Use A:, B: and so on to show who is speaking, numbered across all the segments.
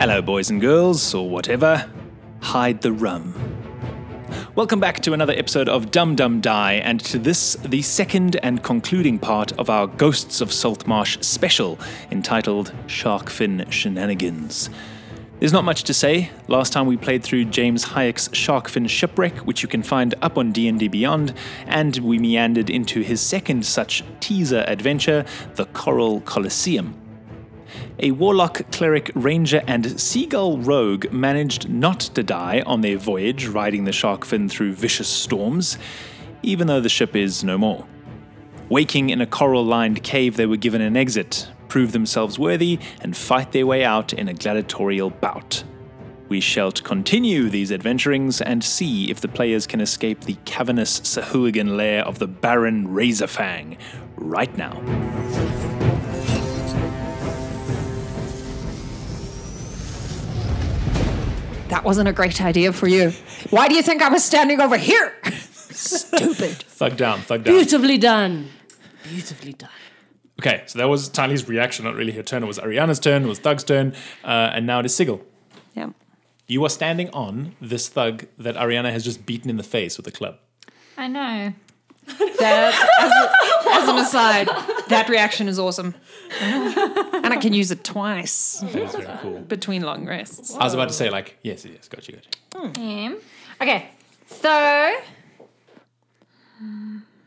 A: Hello, boys and girls, or whatever. Hide the rum. Welcome back to another episode of Dum Dum Die, and to this, the second and concluding part of our Ghosts of Saltmarsh special entitled Sharkfin Shenanigans. There's not much to say. Last time we played through James Hayek's Sharkfin Shipwreck, which you can find up on D&D Beyond, and we meandered into his second such teaser adventure, The Coral Colosseum. A warlock, cleric, ranger, and seagull rogue managed not to die on their voyage riding the sharkfin through vicious storms, even though the ship is no more. Waking in a coral lined cave, they were given an exit, prove themselves worthy, and fight their way out in a gladiatorial bout. We shall continue these adventurings and see if the players can escape the cavernous Sahuagin lair of the Baron Razorfang right now.
B: That wasn't a great idea for you. Why do you think I was standing over here? Stupid.
C: Thug down, thug down.
D: Beautifully done. Beautifully done.
C: Okay, so that was Tali's reaction, not really her turn. It was Ariana's turn, it was Thug's turn, uh, and now it is Sigil.
B: Yeah.
C: You are standing on this thug that Ariana has just beaten in the face with a club.
E: I know.
B: That, as, a, as an aside, that reaction is awesome. and I can use it twice
C: That's really cool.
B: between long rests.
C: I was about to say, like, yes, yes, got you, got you.
E: Him. Okay. So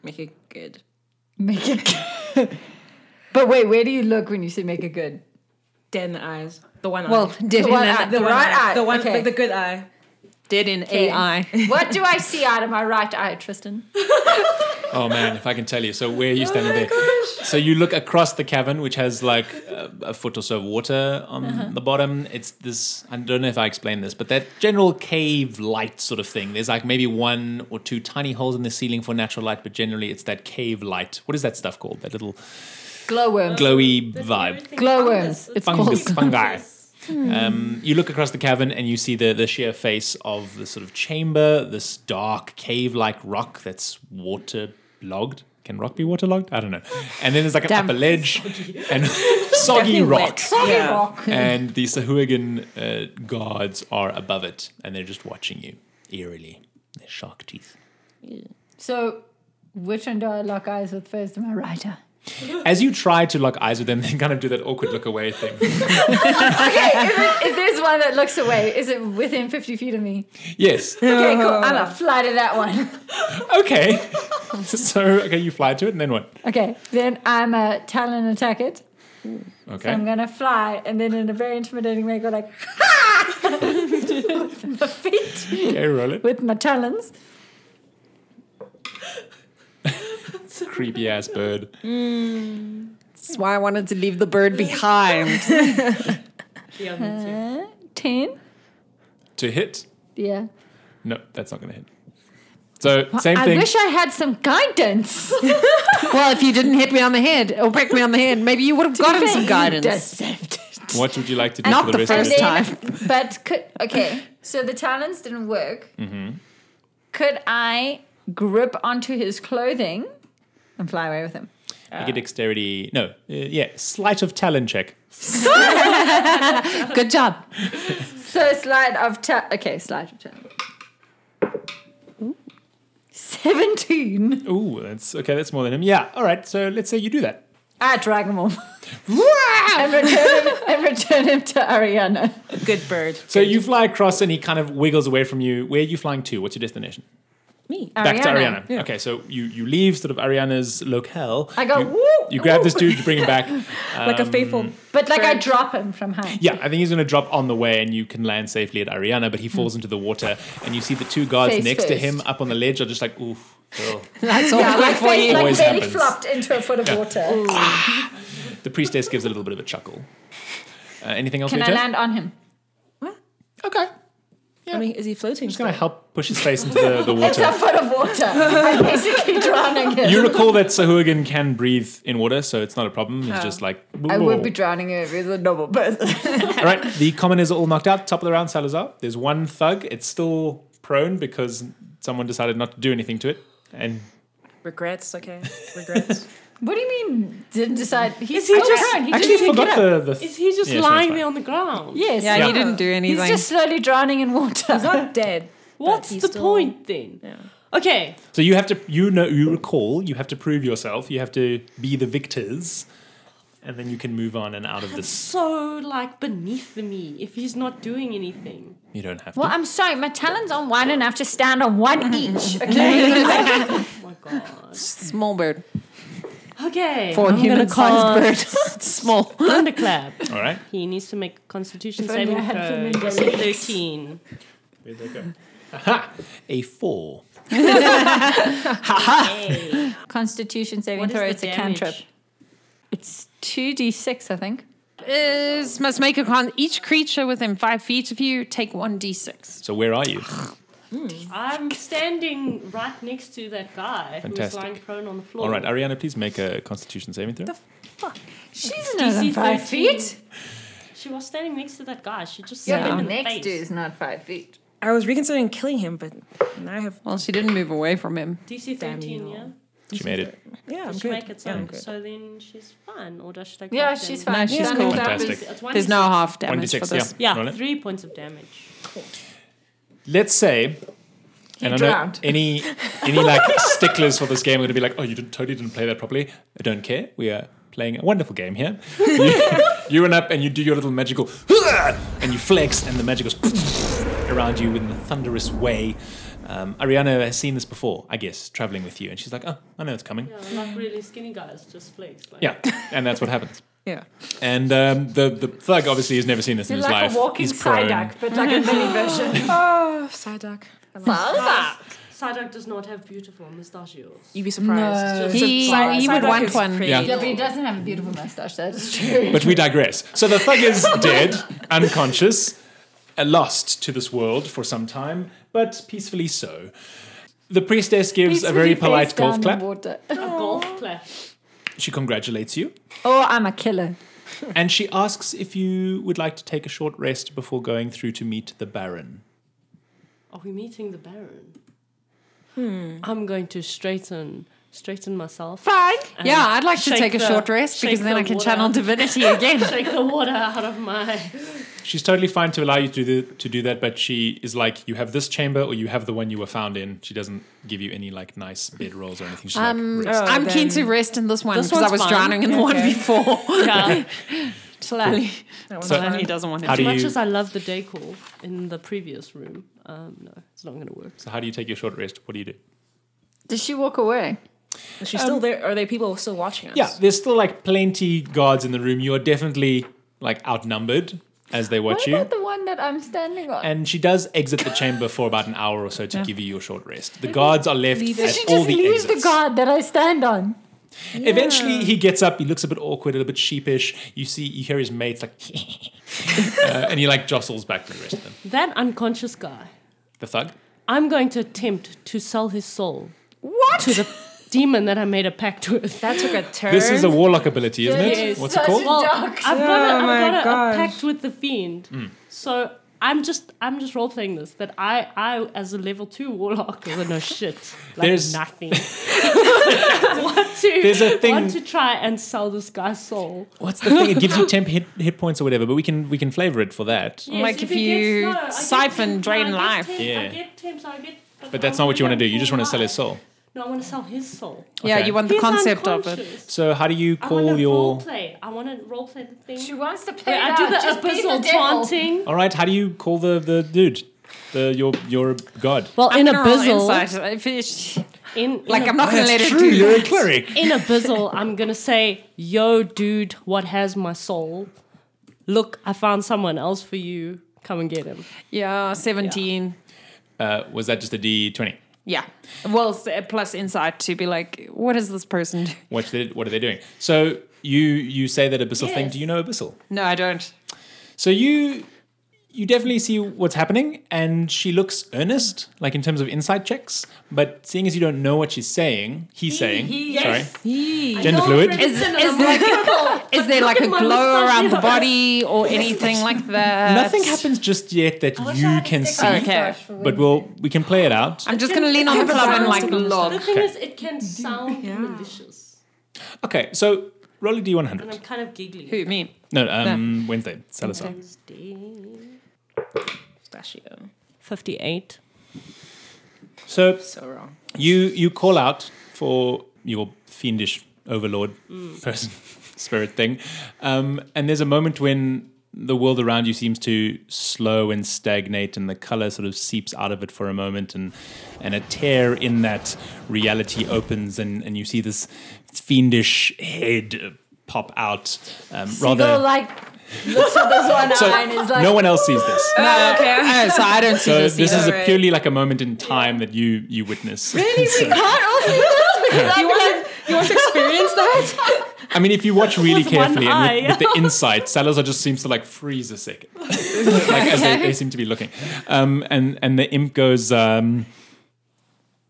B: Make it good.
D: Make it good. but wait, where do you look when you say make it good?
F: Dead in the eyes. The one eye.
B: Well, dead
D: The
B: in
D: one
B: a-
D: eye- the right eye.
F: the one,
D: Okay.
F: the, the good eye.
B: dead in AI.
E: what do I see out of my right eye, Tristan?
C: Oh man, if I can tell you. So where are you standing there? So you look across the cavern, which has like a, a foot or so of water on the bottom. It's this. I don't know if I explained this, but that general cave light sort of thing. There's like maybe one or two tiny holes in the ceiling for natural light, but generally it's that cave light. What is that stuff called? That little
D: Glowworm.
C: glowy vibe.
D: Glowworms. It's
C: Fungus,
D: called.
C: fungi. Um, you look across the cavern and you see the, the sheer face of the sort of chamber, this dark cave like rock that's waterlogged. Can rock be waterlogged? I don't know. And then there's like an
B: Damp.
C: upper ledge and soggy rock.
F: Yeah.
C: And the Sahuagin uh, guards are above it and they're just watching you eerily. Their shark teeth.
D: So, which one do I lock eyes with first? Am I right eye?
C: As you try to lock eyes with them, they kind of do that awkward look away thing.
D: Okay, if, it, if there's one that looks away, is it within 50 feet of me?
C: Yes.
D: Okay, cool. I'm going to fly to that one.
C: Okay. so, okay, you fly to it and then what?
D: Okay, then I'm a talon attack it.
C: Okay.
D: I'm gonna fly, and then in a very intimidating way, go like, ha! with my feet,
C: Okay, roll it.
D: with my talons.
C: Creepy ass bird.
B: That's why I wanted to leave the bird behind.
F: Yeah, me too.
D: Uh, Ten.
C: To hit?
D: Yeah.
C: No, that's not gonna hit. So same
D: I
C: thing.
D: wish I had some guidance.
B: well, if you didn't hit me on the head or whack me on the head, maybe you would have gotten some guidance.
D: Deceptive.
C: what would you like to do
B: Not
C: for
B: the
C: the rest
B: first
C: of it?
B: time.
E: But could okay. So the talons didn't work.
C: Mm-hmm.
E: Could I grip onto his clothing and fly away with him?
C: Make a dexterity. No, uh, yeah, sleight of talent check.
B: Good job.
E: So slide of ta- okay, slide of talon.
D: 17.
C: Ooh, that's okay. That's more than him. Yeah. All right. So let's say you do that.
D: I drag him off. and, return him, and return him to Ariana.
F: Good bird.
C: So you fly across, and he kind of wiggles away from you. Where are you flying to? What's your destination?
D: Me.
C: Back to Ariana. Okay, so you you leave sort of Ariana's locale.
D: I go,
C: You,
D: woo!
C: you grab this dude, you bring him back.
F: Like
C: um,
F: a faithful.
D: But like, I drop him from high.
C: Yeah, I think he's going to drop on the way, and you can land safely at Ariana. But he falls into the water, and you see the two guards
D: Hmm. Face
C: next to
D: first.
C: him up on the ledge are just like, "Oof, oh." girl."
B: That's all good for you.
C: Always
D: like, belly
C: happens.
D: flopped into a foot of water.
C: The priestess gives a little bit of a chuckle. Uh, anything else?
E: Can
C: we
E: I
C: do?
E: land on him?
C: Okay.
F: I mean, is he floating?
C: Just going to help push his face into the, the water.
D: foot of water. I'm basically drowning him.
C: You recall that Sahuagin can breathe in water, so it's not a problem. He's just like.
D: Oh. I would be drowning him if he was a normal person.
C: All right, the commoners are all knocked out. Top of the round, Salazar. There's one thug. It's still prone because someone decided not to do anything to it. And
F: Regrets, okay. Regrets.
D: What do you mean? Didn't decide? He's
G: Is he
D: still
G: just-
D: around. He
G: actually
D: just
G: forgot
D: picked it up.
C: the, the
G: Is he just
C: Yes, that's
G: lying
C: fine.
G: there on the ground?
D: Yes.
B: Yeah, he didn't do
D: He's
B: anything.
D: just slowly drowning in water.
H: He's not dead.
G: What's
I: he's
G: the
I: still-
G: point then? Okay,
C: So you have to, you know, you recall, you have to prove yourself, you have to be the victors, and then you can move on and out of this.
G: so like beneath me if he's not doing anything.
C: You don't have to.
D: Well, I'm sorry. My talon's on one, and I have to stand on one each. Okay.
G: Oh my god.
B: Small bird.
G: Okay.
B: For
G: I'm gonna
B: human-sized
G: call
B: bird. it's small.
G: Thunderclap.
C: All right.
G: He needs to make a Constitution
H: If only I
G: saving
H: had
G: throw.
H: human
G: DC Thirteen.
C: Where'd they go? Aha! A four.
G: Ah!
D: Constitution saving
G: What is
D: throw.
G: the
D: It's a
G: damage?
D: cantrip. It's two d six, I think.
G: Is
B: must make a con. Each creature within five feet of you take one d6.
C: So where are you?
G: I'm standing right next to that guy who's
C: Fantastic.
G: lying prone on the floor.
C: All right, Ariana, please make a Constitution saving throw.
D: She's
G: DC 13.
D: five feet.
G: She was standing next to that guy. She just
D: Yeah,
G: stabbed
D: but
G: him in the
D: next
G: face.
D: to is not five feet.
I: I was reconsidering killing him, but now I have.
B: Well, she didn't move away from him.
G: DC thirteen, yeah.
C: She made it.
I: Yeah, I'm
G: Does she
I: good.
G: make it so?
I: Yeah, I'm good.
G: so then she's fine, or does she take?
D: Yeah,
G: half
D: she's
G: damage?
D: fine.
B: she's
D: Stand
B: cool.
D: on top is-
C: Fantastic.
G: It's one
B: There's
G: D6.
B: no half
C: One
B: damage for
C: d6, yeah.
B: this.
G: Yeah,
C: Roll it.
G: three points of damage.
C: Let's say. And I know
D: drowned.
C: any any like sticklers for this game are going to be like, oh, you didn't, totally didn't play that properly. I don't care. We are playing a wonderful game here. You, you run up and you do your little magical, and you flex, and the magic goes around you in a thunderous way. Um, Ariana has seen this before, I guess, traveling with you, and she's like, oh, I know it's coming.
G: Yeah, like really skinny guys just flex. Like,
C: Yeah, and that's what happens.
B: Yeah.
C: And um, the the thug obviously has never seen this in his
H: like
C: life.
H: a walking
C: He's prone.
H: Psyduck, but like a mini version.
I: Oh, Psyduck.
G: Guys, Psyduck does not have beautiful mustachios.
I: You'd be surprised.
G: No.
B: He,
I: Psyduck
B: he would
I: is
B: want one.
I: pretty.
C: Yeah.
D: Yeah, but he doesn't have a beautiful mustache. That is true.
C: But we digress. So the thug is dead, unconscious, uh, lost to this world for some time, but peacefully so. The priestess gives a very polite golf clap.
G: A golf clap.
C: She congratulates you,
D: Oh, I'm a killer.
C: and she asks if you would like to take a short rest before going through to meet the Baron.
G: Are we meeting the Baron? Hmm. I'm going to straighten straighten myself.
B: Fine.
G: and
B: Yeah, I'd like to
G: Um, shake
B: take a
G: the-
B: short rest
G: shake
B: because then
G: the
B: I can
G: water-
B: channel divinity again.
G: Shake the water out of my.
C: She's totally fine to allow you to do, to do that, but she is like, you have this chamber or you have the one you were found in. She doesn't give you any like nice bed rolls or anything. She's like, rest.
B: I'm keen to
I: then-
B: rest in this one
G: This
B: because I
G: one's
B: was
G: fine.
B: drowning in the one before.
G: Yeah.
B: Tlali.
C: So-
B: Tlali doesn't want
C: How
B: to.
G: as
C: do
G: much
C: you?
G: as I love the decor in the previous room, um, no, it's not going to work.
C: So how do you take your short rest? What do you do?
D: Did she walk away?
I: Is she
B: um,
I: still there? Are there people still watching us?
C: Yeah, there's still like plenty guards in the room. You are definitely like outnumbered as they watch
D: What
C: you.
D: about the one that I'm standing on?
C: And she does exit the chamber for about an hour or so to give you your short rest. The guards are left
D: Did
C: at
D: she
C: all
D: just
C: the
D: lose
C: exits.
D: the guard that I stand on?
C: Eventually, he gets up. He looks a bit awkward, a little bit sheepish. You see, you hear his mates like, uh, and he like jostles back to the rest of them.
G: That unconscious guy.
C: The thug.
G: I'm going to attempt to sell his soul. What? To the demon that I made a pact with.
I: That took a turn.
C: This is a warlock ability, isn't it? What's it
D: such
C: called?
D: a
G: I've
D: dark.
G: got, a,
I: Oh my
G: I've got a,
I: gosh.
G: a pact with the fiend.
C: Hmm.
G: So I'm just I'm just role playing this that I I as a level two warlock will know shit like
C: There's-
G: nothing. want to
C: There's a thing-
G: want to try and sell this guy's soul.
C: What's the thing? It gives you temp hit, hit points or whatever, but we can we can flavor it for that.
B: Like if you siphon, drain life.
C: Yeah.
G: I get temps, I get,
C: But that's not what you want to do. You just want to sell his soul.
G: No, I want to sell his soul.
B: Yeah,
C: Okay.
B: you want the
G: He's
B: concept of it.
G: unconscious.
C: So how do you
G: I want
C: call
G: to
C: your?
G: roleplay. I want to roleplay the thing.
D: She wants to play
G: Wait, I
D: it
G: do
D: out.
G: the
D: just be
G: abyssal
D: the devil.
G: taunting.
C: All right, how do you call the the dude? The your your god.
G: Well,
B: I'm
G: in
B: gonna roll
G: abyssal,
B: insight. If it's-
G: in, in
B: Like, I'm not going to let it
C: true.
B: do
C: You're a cleric.
G: in abyssal, I'm gonna say, "Yo, dude, what has my soul? Look, I found someone else for you. Come and get him."
B: Yeah, 17.
C: Uh, was that just a D twenty?
B: Yeah. Well, s- uh, plus insight to be like, what is this person do?
C: What they, what are they doing? So you you say that abyssal thing.
G: Yes.
C: Do you know abyssal?
B: No, I don't.
C: So you you definitely see what's happening, and she looks earnest, like in terms of insight checks. But seeing as you don't know what she's saying, he's saying. sorry, gender fluid.
B: Is, is, there, is there like a glow around the body or anything like that?
C: Nothing happens just yet that you can see.
B: Okay.
C: But we'll we can play it out.
B: I'm just going to lean on the club and like
I: Sounds
B: log.
G: The thing is, it can sound malicious.
C: Okay, so roll a
G: And
C: d100.
G: I'm kind of giggling.
B: Who, me?
C: No, um, Wednesday. Salazar.
F: Pistachio.
G: 58.
C: So
F: So wrong.
C: you you call out for your fiendish overlord
F: Mm.
C: person spirit thing, um, and there's a moment when the world around you seems to slow and stagnate, and the color sort of seeps out of it for a moment, and and a tear in that reality opens, and and you see this fiendish head uh, pop out. Um,
D: Seagull
C: rather,
D: like looks at this one
C: so
D: eye and is like,
C: no one else sees this.
B: Oh, so I don't see
C: So
B: this.
C: this is
B: either.
C: a purely like a moment in time that you you witness. Really?
F: You want, to, you want to experience that?
C: I mean, if you watch really
G: With one
C: carefully and
G: eye.
C: with, with the insight, Salazar just seems to like freeze a second, like as they, they seem to be looking. Um, and and the imp goes, um,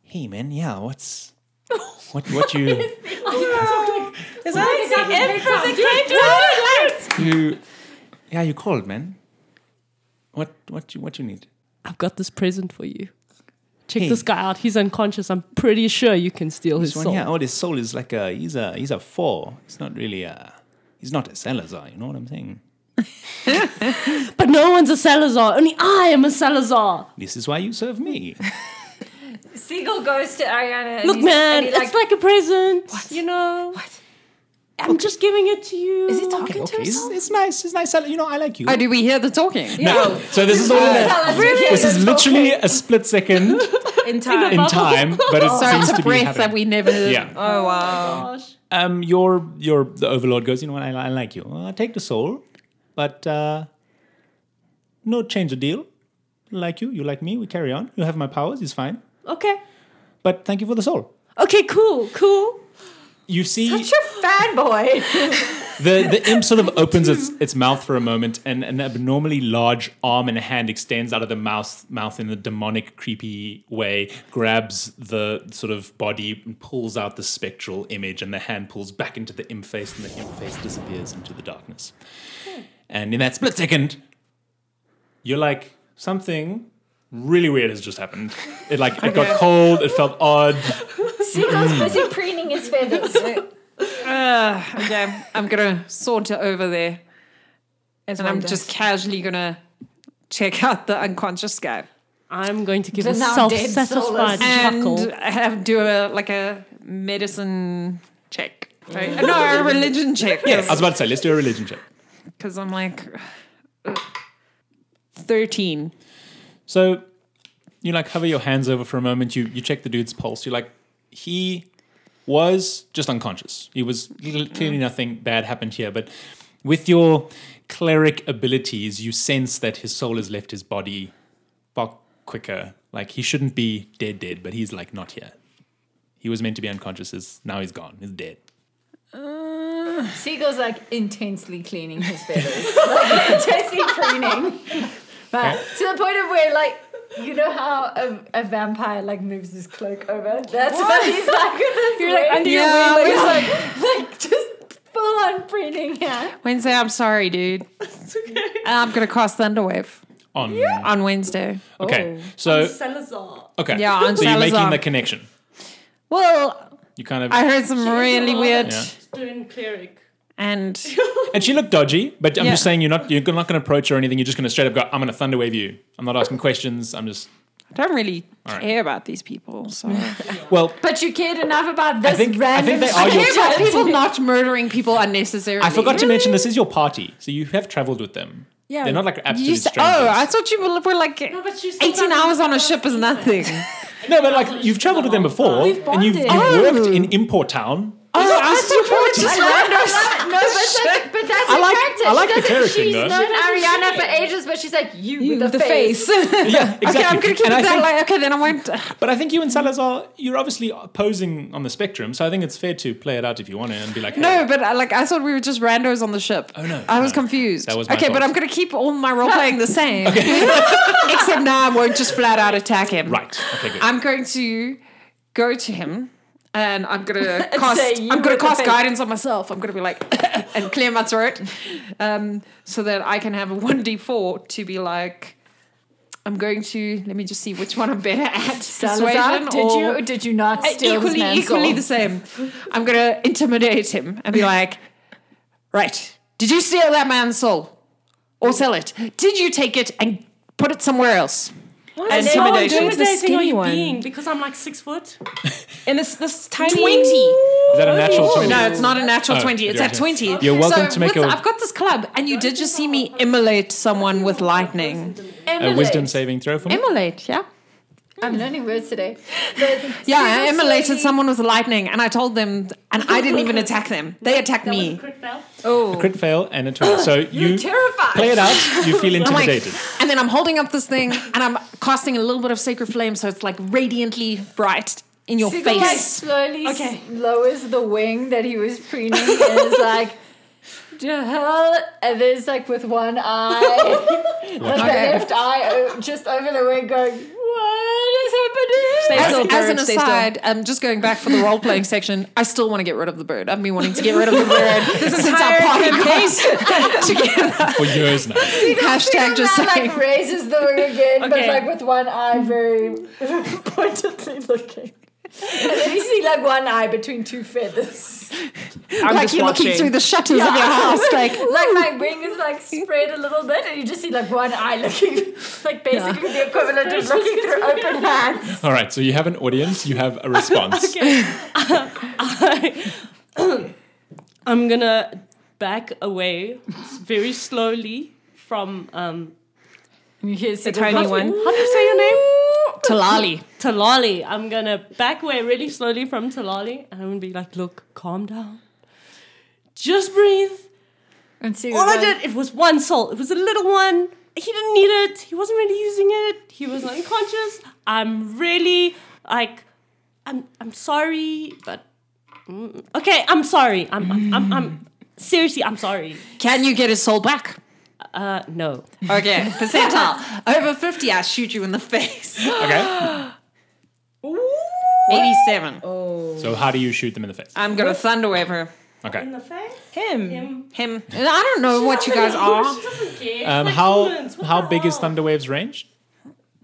C: "Hey man, yeah, what's what what you
F: Oh, Is that
C: you yeah you called man? What what you what you need?
G: I've got this present for you. Check
C: Hey.
G: this guy out. He's unconscious. I'm pretty sure you can steal his
C: This one
G: soul.
C: yeah, oh this soul is like a he's a he's a four. It's not really a he's not a Salazar. You know what I'm saying?
G: But no one's a Salazar. Only I am a Salazar.
C: This is why you serve me.
D: Seagull goes to Ariana. And
G: Look,
D: he's,
G: man,
D: and he
G: it's like a present. You know? What? I'm just giving it to you. Is he talking
C: okay, it's, it's nice. It's nice. Sal- You know, I like you.
B: Oh, do we hear the talking?
C: No. So this is all.
D: Tell us we
C: This is literally a split second
F: in time?
C: in time, but it
B: So
C: seems
B: it's
C: to
B: a
C: be
B: breath that
C: happening.
B: we never.
C: Yeah.
F: Oh wow.
G: Gosh.
C: Um. Your your the overlord goes. You know what? I, I like you. I take the soul, but uh, no change the deal. Like you, you like me. We carry on. You have my powers. It's fine.
G: Okay.
C: But thank you for the soul.
G: Okay, cool, cool.
C: You see,
D: fanboy.
C: the the imp sort of opens its, its mouth for a moment, and an abnormally large arm and hand extends out of the mouth mouth in a demonic, creepy way. Grabs the sort of body and pulls out the spectral image, and the hand pulls back into the imp face, and the imp face disappears into the darkness. And in that split second, you're like something really weird has just happened. It like it got cold. It felt odd.
D: Seagull's
C: Hmm.
D: busy preening his feathers.
B: Uh, okay, I'm gonna saunter over there, and I'm
F: one does.
B: just casually gonna check out the unconscious guy
G: I'm going to give
D: The
G: a
D: now dead
G: self-satisfied
B: and
G: chuckle.
B: have do a like a medicine check. Right? No, a religion check.
C: I was about to say, let's do a religion check.
B: because I'm like uh, thirteen.
C: So you like hover your hands over for a moment. You you check the dude's pulse. You're like, he was just unconscious. He was clearly
B: Mm.
C: nothing bad happened here. But with your cleric abilities, you sense that his soul has left his body far quicker. Like he shouldn't be dead, dead, but he's like not here. He was meant to be unconscious. Is now he's gone. He's dead.
D: Seagull's like intensely cleaning his feathers, like intensely preening, but to the point of where like. You know how a, a vampire like moves his cloak over? That's what, he's like. You're like under
B: Yeah,
D: your wing, but he's like, like just full on preening. Yeah.
B: Wednesday, I'm sorry, dude. I'm gonna cast Thunderwave
C: On
B: on Wednesday.
C: okay. So
G: Salazar.
C: okay.
B: Oh. Yeah, on
C: so you're making
B: Salazar.
C: the connection.
B: Well,
C: You kind of
B: um, I heard some really weird
C: Yeah.
G: Doing cleric.
B: and
C: And she looked dodgy, but I'm
B: Yeah.
C: just saying you're not you're not going to approach her or anything. You're just going to straight up go. I'm going to thunder wave you. I'm not asking questions. I'm just
B: I don't really
C: All right.
B: care about these people. So
C: well.
D: But you cared enough about this
C: I think I
D: random
C: think they
B: I
C: are
B: care
C: your.
B: about people not murdering people unnecessarily.
C: Oh, I forgot to mention this is your party, so you have travelled with them. Yeah, they're not like absolute
B: You s-
C: strangers.
B: oh, I thought you were, were like
G: but you said
B: eighteen
G: that
B: hours on a ship is nothing.
C: no, but like you've travelled with them before, and you've, you've worked in Import Town.
B: oh, I thought you were
D: I
B: just
D: like that. No, but, that, but that's
C: I like-
D: her character.
C: I like
D: she
C: the
D: doesn't-
C: character
D: She's
C: though.
D: known
G: She doesn't
D: Ariana
G: say
D: for
G: it.
D: ages, but she's like you, with
B: with
D: the, face.
C: Yeah, exactly.
B: okay, I'm gonna keep
C: and
B: it
C: I
B: that
C: think,
B: way. Okay, then I won't.
C: but I think you and Salazar, you're obviously posing on the spectrum, so I think it's fair to play it out if you want to and be like,
B: No,
C: hey,
B: but I, like I thought we were just randos on the ship. Oh
C: no,
B: I was
C: no.
B: confused.
C: That was my
B: okay,
C: fault.
B: but I'm gonna keep all my role playing the same. Except now I won't just flat out attack him.
C: right, okay, good.
B: I'm going to go to him and I'm gonna cast
D: say you
B: I'm
D: were
B: gonna
D: the
B: cast
D: best.
B: guidance on myself. I'm gonna be like and clear my throat. Um, so that I can have a one D four to be like I'm going to let me just see which one I'm better at.
F: Salazar,
B: Persuasion
F: did
B: or-
F: you or did you not
B: Uh,
F: steal this
B: equally,
F: man's
B: equally
F: soul?
B: the same. I'm gonna intimidate him and be like, "Right, did you steal that man's soul, or sell it? Did you take it and put it somewhere else?"
G: And
B: so
G: how
B: intimidating.
G: intimidating are
B: Skinny
G: you
B: one.
G: being? Because I'm like six foot.
B: And it's this tiny
G: Twenty.
C: Is that a natural 20?
B: No, it's not a natural
C: Oh,
B: twenty. It's
C: you're
B: at
C: okay.
B: twenty.
C: You're welcome
B: so
C: to make
B: with-
C: a-
B: I've got this club, and you did just see me immolate someone with lightning.
C: A wisdom saving throw for me?
B: Immolate, yeah.
D: I'm learning words today. Mm. But
B: Yeah, I
D: Susan
B: immolated
D: slowly-
B: someone with lightning, and I told them, and I didn't even attack them. They attacked
G: That was a
B: me.
G: crit fail.
C: A crit fail and a 12. So you
D: terrified.
C: play it out, you feel
B: I'm like-
C: intimidated.
B: and then I'm holding up this thing, and I'm casting a little bit of sacred flame, so it's like radiantly bright in your
D: Sigurd, like,
B: face.
D: slowly okay. lowers the wing that he was preening and is like, to hell. And then it's like with one eye, like the left eye o- just over the wing going, what is happening?
B: As, As,
F: still,
B: as an
F: Garrett, stay still.
B: aside, um, just going back for the role playing section, I still want to get rid of the bird. I've been wanting to get rid of the bird since our party got together.
C: For years now.
B: Hashtag just
D: Now,
B: saying.
D: like raises the wing again, but
G: Okay.
D: like with one eye very pointedly looking. And then you see like one eye between two feathers.
B: I'm like you're looking through the shutters of your house, like
D: Like my wing is like spread a little bit, and you just see like one eye looking, like basically the equivalent of looking through open hands.
C: All right, so you have an audience, you have a response.
G: I'm gonna back away very slowly from um
F: You hear Sigurd
B: tiny
F: like,
B: one.
G: how do you say your
F: Mm,
G: name?
B: Talali.
G: Talali. I'm gonna back away really slowly from Talali and I'm gonna be like, look, calm down. Just breathe.
F: And Sigurd's
G: All I
F: like,
G: did it was one soul. It was a little one. He didn't need it. He wasn't really using it. He was unconscious. I'm really like I'm I'm sorry, but mm, okay, I'm sorry. I'm I'm I'm, I'm seriously I'm sorry.
B: Can you get his soul back?
G: Uh no.
B: Okay, percentile. Over 50, I shoot you in the face.
C: Okay.
B: 87.
C: So how do you shoot them in the face?
B: I'm gonna thunder wave her.
C: Okay.
G: the face?
F: him.
B: Him. And I don't know what you guys are.
C: Um, how how big is Thunderwave's range?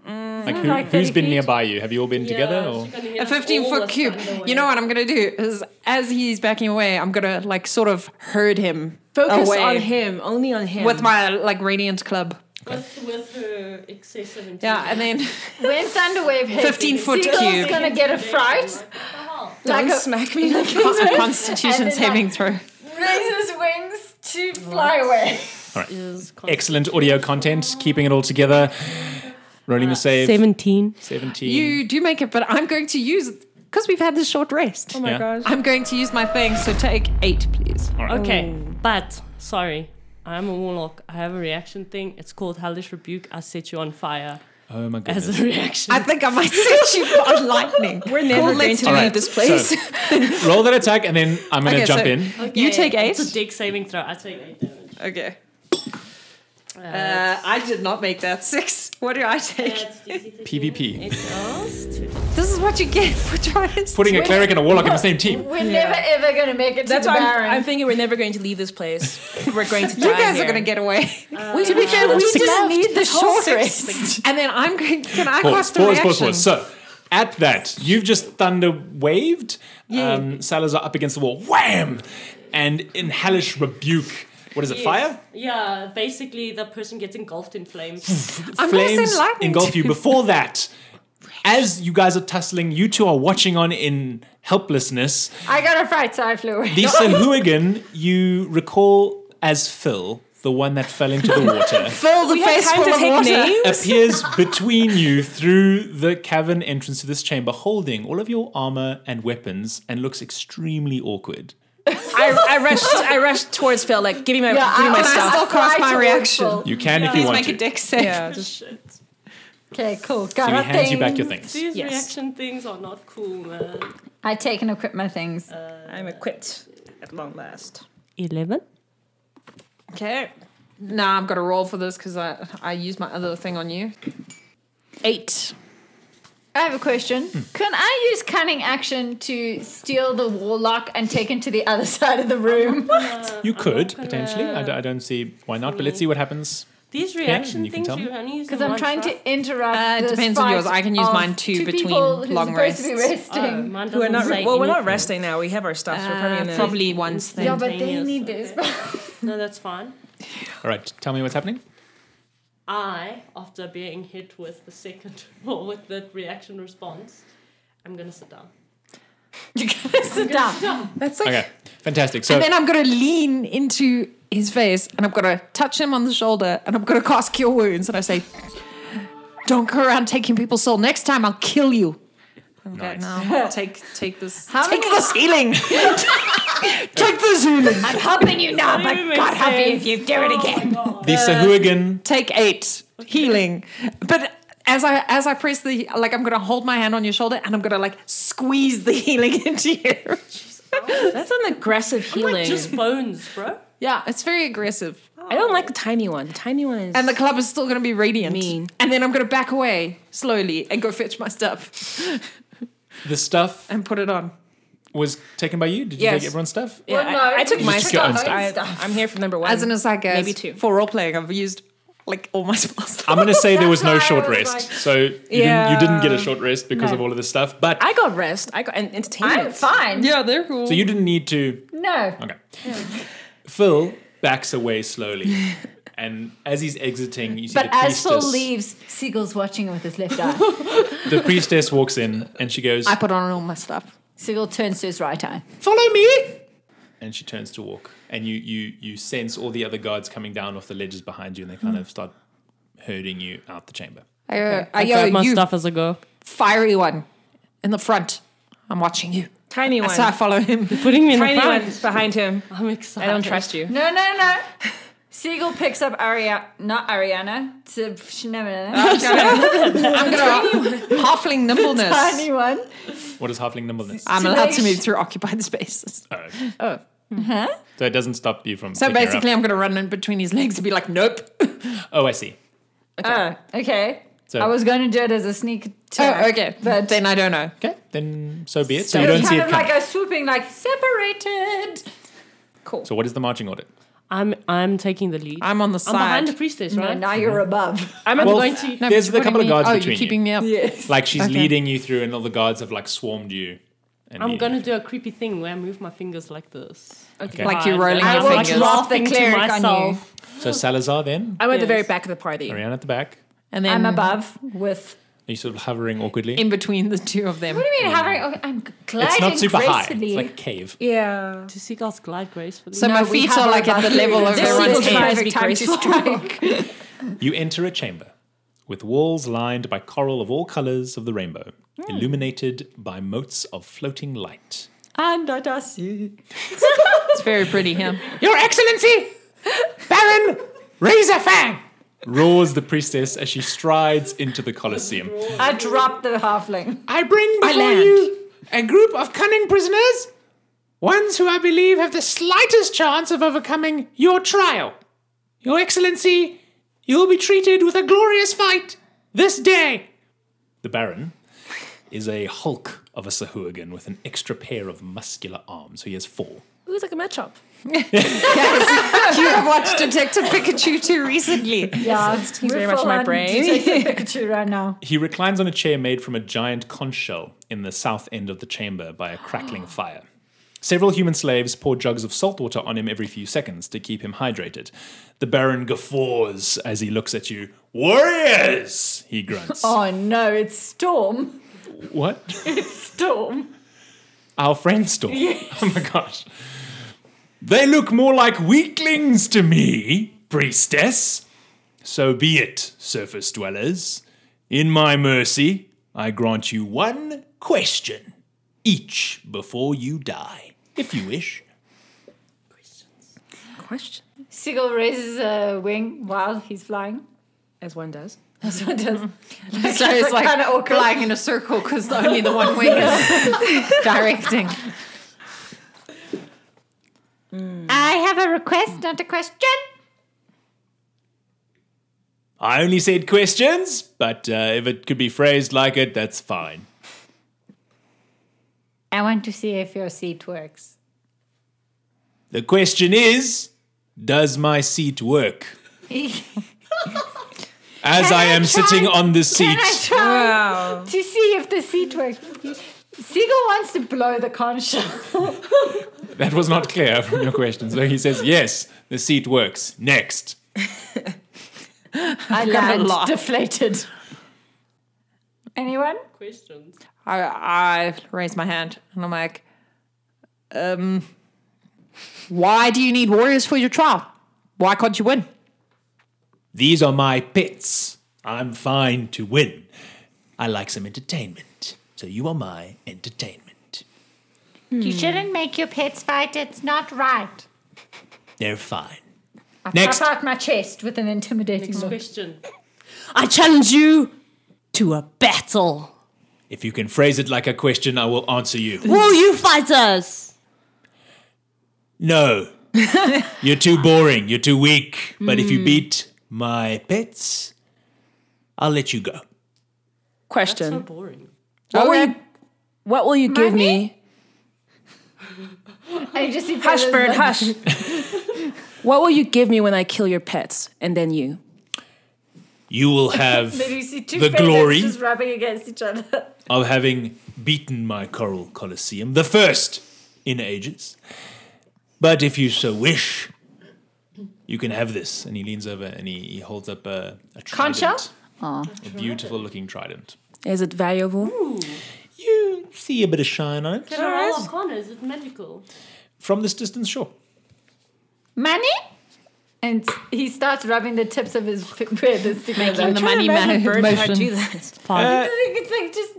B: Mm.
C: Like who,
G: like
C: who's
G: 30
C: been
G: feet.
C: nearby you? Have you all been together? Or?
B: A 15 foot cube. You know what I'm gonna do is as he's backing away, I'm gonna like sort of herd him
F: Focus
B: away
F: on him, only on him.
B: with my like radiant club.
G: With, with her excessive
B: Yeah, and then
D: When Thunderwave hits,
B: 15 foot
D: Seagull's
B: cube.
D: gonna get a fright,
B: don't
D: a-
B: smack me like a
D: And
B: constitution
D: then,
B: saving throw.
D: raises wings to fly away.
C: Excellent audio content, keeping it all together. Rolling the save.
G: 17.
C: 17.
B: Uh, You do make it, but I'm going to use because we've had this short rest.
F: Oh
C: yeah.
B: I'm going to use my thing, so take eight, please.
G: Okay, but sorry. I'm a warlock. I have a reaction thing. It's called Hellish Rebuke. I set you on fire
C: Oh my goodness.
G: as a reaction.
B: I think I might set you on lightning.
F: We're never going to
C: All
F: leave
C: right,
F: this place.
C: so- Roll that attack and then I'm going to
B: Okay,
C: jump
B: so-
C: in.
B: You take eight.
G: It's a deck saving throw. I take 8 damage.
B: Okay. Uh, I did not make that six. What do I
F: Uh,
B: take?
C: PvP.
B: This is what you get for trying.
C: Putting a cleric and a warlock in the same team.
D: We're never ever gonna make it to
F: That's
D: the
F: why
D: Baron.
F: I'm, I'm thinking we're never going to leave this place. We're going to die.
B: You guys
F: here.
B: are gonna get away.
F: To be fair, Uh, we didn't need the short
B: Six. And then I'm going. Can I
C: Pause,
B: cast a
C: pause,
B: reaction?
C: pause, pause. So, at that, you've just thunder waved. Um, Salazar up against the wall. Wham! And in hellish rebuke. What is it, fire?
G: Yeah, basically the person gets engulfed in flames.
B: I'm gonna
C: Flames
B: send lightning.
C: engulf you. Before that, as you guys are tussling, you two are watching on in helplessness.
D: I got a fright, so I flew away.
C: Lisa Huigan, you recall as Phil, the one that fell into the water.
B: Fill the
F: We had
B: face
F: time
B: full
F: to
B: of
F: take
B: water.
F: names.
C: appears between you through the cavern entrance to this chamber, holding all of your armor and weapons, and looks extremely awkward.
F: I, I rushed. I rushed towards Phil, like, give me my, give me my
D: I- I
F: stuff.
B: still cast my reaction.
C: You can if you want
B: Make
C: to.
B: a deck save.
F: Yeah, just-
G: Shit.
D: Okay, cool. Got
C: So he
D: our
C: hands you back
D: things.
C: your things.
G: These
F: Yes.
G: reaction things are not cool, man.
D: I take and equip my things.
F: I'm equipped at long last.
G: 11?
B: Okay. Now I've got to roll for this because I I used my other thing on you. Eight.
D: I have a question.
C: Hmm.
D: Can I use cunning action to steal the warlock and take him to the other side of the room?
C: You could, potentially. I, d- I don't see why not, but let's see what happens.
G: These
C: and
G: reaction
C: you can
G: things
C: tell me.
G: you only use
D: Because I'm trying to interrupt.
B: Uh, it
D: the
B: depends on yours.
D: spite
B: I can use
D: of
B: mine too
D: two
B: between
D: people who's
B: long
D: supposed to be
B: rests.
G: Oh,
D: resting.
G: mine
F: We're
G: doesn't
F: not
G: say
F: well. We're not
G: anything.
F: resting now. We have our stuff. so we're Uh, probably in the
B: Probably once
D: yeah,
B: then.
D: but they
G: Oh, Spontaneous,
D: need this.
G: No, that's fine.
C: All right, tell me what's happening.
G: I, after being hit with the second or with the reaction response, I'm gonna sit down.
B: Sit down.
F: That's like
C: Okay, fantastic. So
B: And then I'm gonna lean into his face and I'm gonna touch him on the shoulder and I'm gonna cast cure wounds and I say, Don't go around taking people's soul. Next time I'll kill you.
C: nice.
I: Take take this.
B: Take this healing. Take this healing.
D: I'm helping you now, but
G: Doesn't even
D: God
G: make
D: help you
G: sense.
D: if you do it again.
C: the Sahuagin.
B: Take eight healing. But as I as I press the like I'm gonna hold my hand on your shoulder and I'm gonna like squeeze the healing into you.
F: that's an aggressive healing.
G: Like just bones, bro.
B: Yeah, it's very aggressive.
F: I don't like the tiny one. The tiny one is
B: And the club is still gonna be radiant.
F: Mean.
B: And then I'm gonna back away slowly and go fetch my stuff
C: The stuff
B: and put it on.
C: was taken by you. Did you
F: Yes.
C: take everyone's stuff?
F: Yeah,
D: Well,
F: I,
D: no,
F: I took
D: you
F: my
C: just got
F: stuff.
C: own stuff.
F: I, I'm here for number one.
B: As an aside, guys,
F: Maybe two.
B: for role playing, I've used like all my spells.
C: I'm gonna say there was no
D: That's why I
C: short
D: was
C: rest,
D: like-
C: so you, didn't, you
F: Yeah.
C: didn't get a short rest because of all of this stuff. But
F: I got rest. I got and entertainment.
D: I'm fine.
B: yeah, they're cool.
C: so you didn't need to.
D: No.
C: Okay. Phil backs away slowly, and as he's exiting, you see
D: But
C: the
D: as
C: priestess.
D: Phil leaves, Siegel's watching him with his left eye.
C: The priestess walks in, and she goes,
B: I put on all my stuff.
D: Siegel turns to his right eye.
C: "Follow me." And she turns to walk, and you you you sense all the other guards coming down off the ledges behind you, and they kind of start herding you out the chamber.
B: I, uh, I yell, you
G: as I go.
B: fiery one in the front. I'm watching you.
F: Tiny one.
B: So I follow him.
G: Putting me in the
F: Tiny one
G: front.
F: behind him.
G: I'm excited.
F: I don't trust you.
D: No, no, no. Siegel picks up Ariana, not Ariana, to
B: Oh,
D: Shinamina.
B: I'm gonna halfling nimbleness.
D: Anyone.
C: What is halfling nimbleness?
B: I'm
D: to
B: allowed
D: make
B: to
D: sh-
B: move through occupied spaces.
C: Oh. So it doesn't stop you from.
B: So
C: picking her up.
B: basically, I'm gonna run in between his legs and be like, "Nope."
C: Oh, I see.
D: Oh, okay.
C: So
D: I was going to do it as a sneak attack.
B: Oh, okay. But then I don't know.
C: okay, then so be it. So
B: So
C: you
D: It was
C: don't see
D: kind
C: it
D: of
C: coming.
D: like a swooping, like separated.
C: so what is the marching order?
G: I'm I'm taking the lead. I'm,
B: I'm on the
G: behind
B: side.
G: the priestess,
D: No,
G: right?
D: now you're above.
F: I'm
C: Well,
F: going to.
B: No,
C: There's
B: but you're
C: a couple of
B: putting me-
C: guards
B: oh,
C: between
B: you're
C: you.
B: keeping me up.
C: Like she's
B: Okay.
C: leading you through, and all the guards have like swarmed you. And
G: I'm
C: you-
G: gonna do a creepy thing where I move my fingers like this.
C: Okay.
B: Like you're rolling
G: I
B: your
G: will
B: fingers.
G: laugh the
D: cleric on you.
G: myself.
C: So Salazar then,
F: I'm at the very
G: Yes.
F: back of the party.
C: Ariana at the back.
B: And then
D: I'm above with.
C: Are you sort of hovering awkwardly?
B: in between the two of them.
D: What do you mean hovering? Oh, I'm gliding
C: it's not super high.
D: gracefully.
C: It's like cave.
F: Yeah.
G: Do seagulls glide gracefully?
B: So my feet
D: hover
B: are like at the
D: above
B: level of
D: This
B: everyone's
D: is the
B: head.
D: perfect time to strike.
C: You enter a chamber with walls lined by coral of all colors of the rainbow, illuminated by motes of floating light.
D: And I just see.
B: It's very pretty here.
A: Your Excellency, Baron Razorfang.
C: Roars the priestess as she strides into the Colosseum.
D: I dropped the halfling.
A: I bring before
B: land.
A: you a group of cunning prisoners, ones who I believe have the slightest chance of overcoming your trial. Your Excellency, you will be treated with a glorious fight this day.
C: The Baron is a hulk of a Sahuagin with an extra pair of muscular arms, so he has four.
F: Ooh, it's like a matchup.
B: you have watched Detective Pikachu too recently.
D: Yeah, it's
F: very much in my brain.
D: Pikachu right now.
C: He reclines on a chair made from a giant conch shell in the south end of the chamber by a crackling fire. Several human slaves pour jugs of salt water on him every few seconds to keep him hydrated. The Baron guffaws as he looks at you. Warriors! He grunts.
D: Oh no, it's Storm.
C: What?
D: Storm.
C: Our friend Storm. Oh my gosh. They look more like weaklings to me, priestess. So be it, surface dwellers. In my mercy, I grant you one question each before you die, if you wish.
F: Question.
D: Seagull raises a wing while he's flying.
F: As one does.
D: That's what it does.
B: So it's like
D: kinda awkward.
B: flying in a circle because only the one wing is directing.
D: I have a request, not a question.
C: I only said questions, but uh, if it could be phrased like it, that's fine.
D: I want to see if your seat works.
C: The question is Does my seat work?
A: As
D: Can
A: I
D: I
A: am
D: try-
A: sitting on this seat.
D: Can I try
F: Wow.
D: to see if the seat works? Siegel wants to blow the conch.
C: That was not clear from your question. So he says, yes, the seat works. Next.
D: I
B: land
D: deflated. Anyone?
G: Questions.
B: I, I raise my hand and I'm like, um, why do you need warriors for your trial? Why can't you win?
C: These are my pits. I'm fine to win. I like some entertainment. So you are my entertainment.
D: You shouldn't make your pets fight. It's not right.
C: They're fine.
D: Pop
C: Next.
D: out my chest with an intimidating look.
G: Question. I challenge you to a battle.
C: If you can phrase it like a question, I will answer you.
G: Will you fight us?
C: No. You're too boring. You're too weak. But if
H: Hmm.
C: you beat my pets, I'll let you go.
F: Question.
G: boring.
F: what, will you, what will you give me?
D: I just see
F: Hush,
D: feathers
F: bird,
D: like-
F: hush. what will you give me when I kill your pets and then you?
C: You will have
H: You see two
C: the
H: feathers
C: glory
H: just rubbing against each other.
C: of having beaten my Coral Colosseum, the first in ages. But if you so wish, you can have this. And he leans over and he, he holds up a, a trident.
D: Concha?
C: A beautiful looking trident.
F: Is it valuable?
C: You see a bit of shine on it.
G: Can I roll Arcana? Is it magical?
C: From this distance, sure.
D: Money? And he starts rubbing the tips of his fi- feathers together. Making
B: the money man motion.
F: that.
C: Uh,
D: It's like just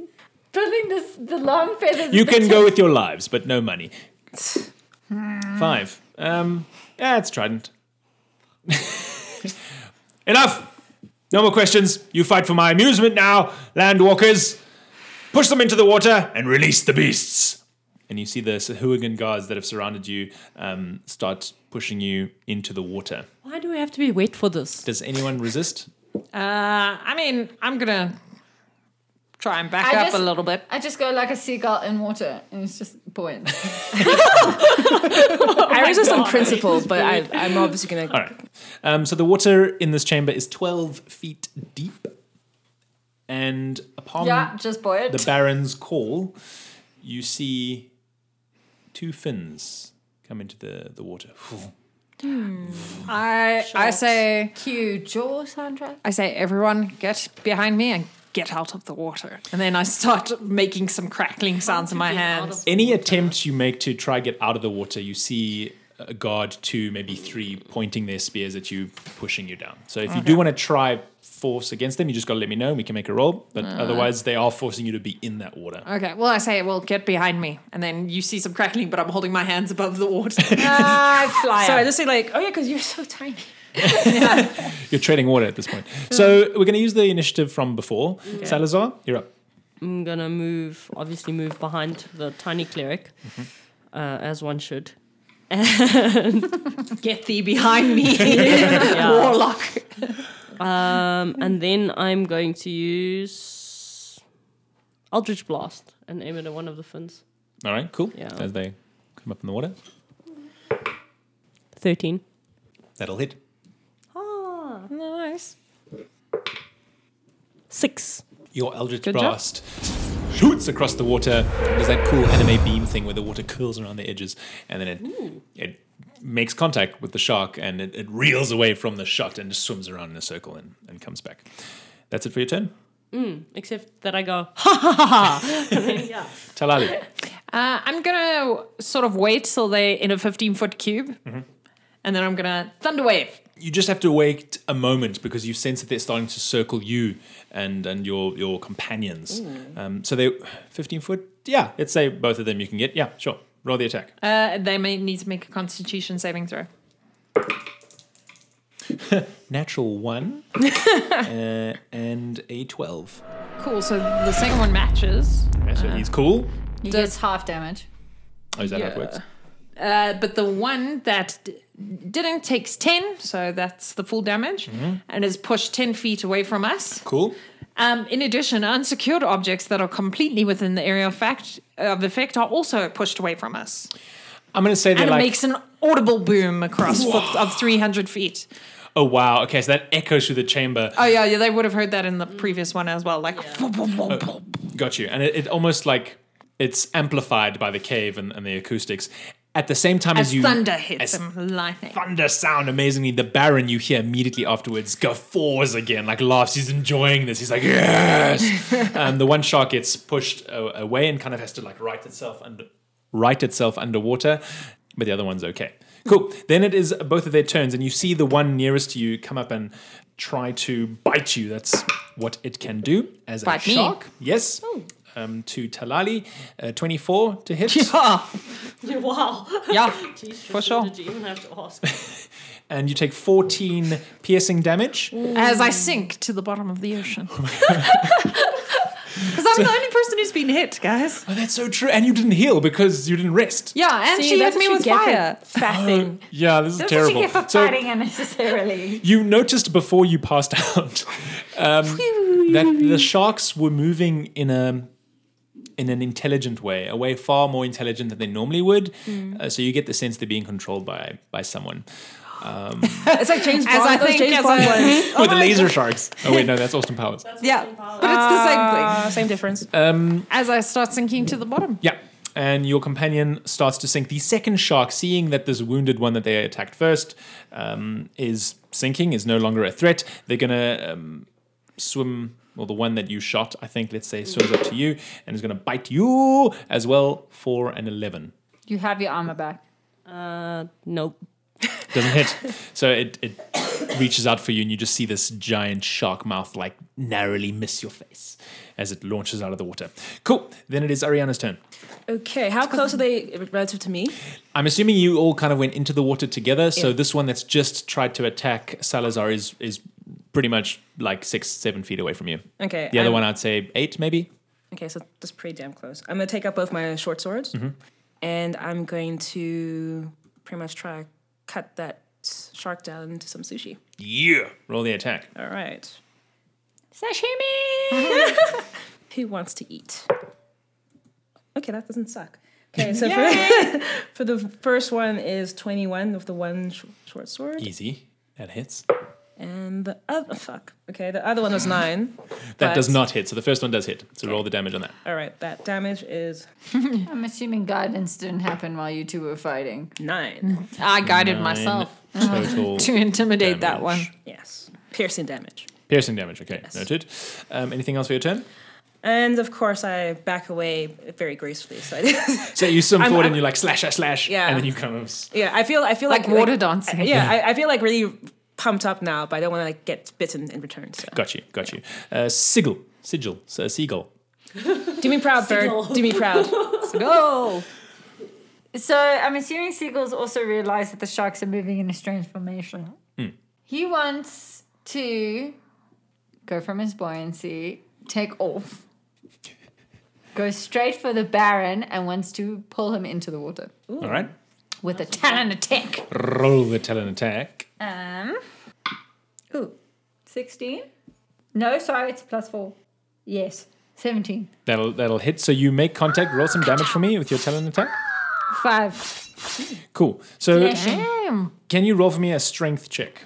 D: pulling this, the long feathers.
C: you
D: at the
C: can
D: tip.
C: go with your lives, but no money. Five. Um, yeah, it's trident. Enough. No more questions. You fight for my amusement now, landwalkers. Push them into the water and release the beasts. And you see the Sahuagin guards that have surrounded you um, start pushing you into the water.
G: Why do we have to be wait for this?
C: Does anyone resist?
B: Uh, I mean, I'm gonna try and back
D: I
B: up
D: just-
B: a little bit.
D: I just go like a seagull in water, and it's just buoyant.
F: I resist on principle, but I, I'm obviously gonna.
C: All right. Um, so the water in this chamber is 12 feet deep. And upon
D: yeah, just buoyant.
C: Um, the Baron's call, you see two fins come into the, the water.
B: I I say
D: Cue jaw, Sandra.
B: I say everyone get behind me and get out of the water, and then I start making some crackling sounds in my hands.
C: Any attempt you make to try get out of the water, you see a guard two, maybe three, pointing their spears at you, pushing you down. So if you do want to try force against them, you just got to let me know and we can make a roll. But otherwise, they are forcing you to be in that water.
B: Okay, well I say well get behind me, and then you see some crackling, but I'm holding my hands above the water.
F: So Ah, I just say like, oh yeah, because you're so tiny.
C: You're trading water at this point. So we're going to use the initiative from before. Salazar, you're up.
G: I'm gonna move, obviously move behind the tiny cleric,
B: Mm-hmm.
G: uh, as one should.
B: get thee behind me, warlock.
G: Um, and then I'm going to use Eldritch Blast and aim it at one of the fins.
C: All right, cool.
G: Yeah.
C: As they come up in the water,
G: Thirteen.
C: that'll hit.
B: Nice.
G: Six.
C: Your Eldritch Blast shoots across the water. There's that cool anime beam thing where the water curls around the edges, and then it it makes contact with the shark, and it, it reels away from the shot and just swims around in a circle and, and comes back. That's it for your turn.
G: Except that I go.
C: Talali,
B: Uh, I'm gonna sort of wait till they in a 15 foot cube, and then I'm gonna thunder wave.
C: you just have to wait a moment because you sense that they're starting to circle you and and your your companions. Um, so they 15 foot. Yeah, let's say both of them you can get. Yeah, sure. Roll the attack.
B: Uh, they may need to make a Constitution saving throw.
C: natural one uh, and a 12.
B: Cool. So the second one matches,
C: Okay, so he's cool.
D: He gets half damage.
C: Oh, is that how it works?
B: uh, but the one that d- didn't takes 10, so that's the full damage, and is pushed 10 feet away from us.
C: Cool.
B: Um, in addition, unsecured objects that are completely within the area of fact of effect are also pushed away from us,
C: I'm going to say they're
B: and it
C: like.
B: makes an audible boom across for, of 300 feet.
C: Oh wow. Okay, so that echoes through the chamber.
B: Oh yeah, yeah, they would have heard that in the previous one as well. Like,
C: Got you. And it, it almost like it's amplified by the cave and, and the acoustics. At the same time as,
B: as
C: you
B: thunder hits
C: as
B: them, lightning.
C: thunder sound amazingly the baron you hear immediately afterwards guffaws again like laughs he's enjoying this he's like yes um, the one shark gets pushed a- away and kind of has to like right itself under right itself underwater but the other one's okay cool then it is both of their turns and you see the one nearest to you come up and try to bite you that's what it can do as
B: Bite
C: a
B: me. Oh.
C: shark yes um, to Talali, uh, 24 to hit.
B: Yeah,
G: Wow.
B: yeah,
G: Jeez,
B: for
G: Tristan,
B: sure.
G: Did you even have to ask?
C: And you take 14 piercing damage.
B: As I sink to the bottom of the ocean. Because I'm the only person who's been hit, guys.
C: Oh, that's so true. And you didn't heal because you didn't rest.
B: Yeah, and
H: See,
B: she
H: that's what
B: hit me
H: you
B: with
H: get for
B: fire.
H: Faffing.
C: Yeah, this is
D: That's what you
C: terrible.
D: get for
C: so
D: fighting unnecessarily.
C: you noticed before you passed out um, that the sharks were moving in a in an intelligent way, a way far more intelligent than they normally would. Uh, so you get the sense they're being controlled by by someone.
H: It's like James Bond.
B: As I
H: those
B: think,
H: James
B: as
H: Bond
B: I-
H: ones.
C: Oh, the laser sharks. Oh wait, no, that's Austin Powers.
B: Yeah, but it's the same thing.
F: Uh, same difference.
B: As I start sinking to the bottom.
C: Yeah. And your companion starts to sink. The second shark, seeing that this wounded one that they attacked first um, is sinking, is no longer a threat. They're going to um, swim, well, the one that you shot, I think, let's say, swims up to you and is going to bite you as well for an 11.
D: You have your armor back.
G: Uh, nope.
C: Doesn't hit. So it, it reaches out for you, and you just see this giant shark mouth like narrowly miss your face as it launches out of the water. Cool. Then it is Ariana's turn.
F: Okay, how close are they relative to me?
C: I'm assuming you all kind of went into the water together. So this one that's just tried to attack Salazar is is pretty much like six, seven feet away from you.
F: Okay.
C: The other
F: I'm-
C: one, I'd say eight, maybe.
F: Okay, so that's pretty damn close. I'm gonna take out both my short swords,
C: Mm-hmm.
F: and I'm going to pretty much try to cut that shark down into some sushi.
C: Yeah. Roll the attack.
F: All right.
H: Sashimi.
F: Who wants to eat? Okay, that doesn't suck. Okay, so for, for the first one is 21 with the one sh- short sword,
C: Easy. That hits.
F: and the other fuck. Okay, the other one was nine.
C: That does
F: But-
C: not hit. So the first one does hit. So roll the damage on that.
F: All right, that damage is
D: I'm assuming guidance didn't happen while you two were fighting.
F: nine.
B: I guided
C: Nine
B: myself
C: Total.
B: to intimidate that one.
C: damage.
F: Yes, piercing damage.
C: Piercing damage. Okay. Noted. Um, anything else for your turn?
F: And of course, I back away very gracefully. So I,
C: So you swim
F: I'm-
C: forward
F: I'm-
C: and you like slash, slash, slash.
F: Yeah.
C: And then you kind of. s-
F: yeah, I feel I feel like
B: Like water dancing.
F: Yeah, I, I feel like really pumped up now, but I don't want to like get bitten in return. So.
C: Got you. Got you. Uh, sigil. Sigil. So seagull.
F: Do me proud, bird. Do me proud.
B: Go!
D: So I'm assuming Seagulls also realized that the sharks are moving in a strange formation.
C: Hmm.
D: He wants to go from his buoyancy, take off, go straight for the Baron, and wants to pull him into the water
C: All right.
D: with a talon attack.
C: Roll the talon attack.
D: Um, ooh, 16? No, sorry, it's plus four. Yes, 17.
C: That'll that'll hit. So you make contact. Roll some damage for me with your talent attack.
D: Five.
C: Cool. So
D: Slashing.
B: Damn.
C: can you roll for me a strength check?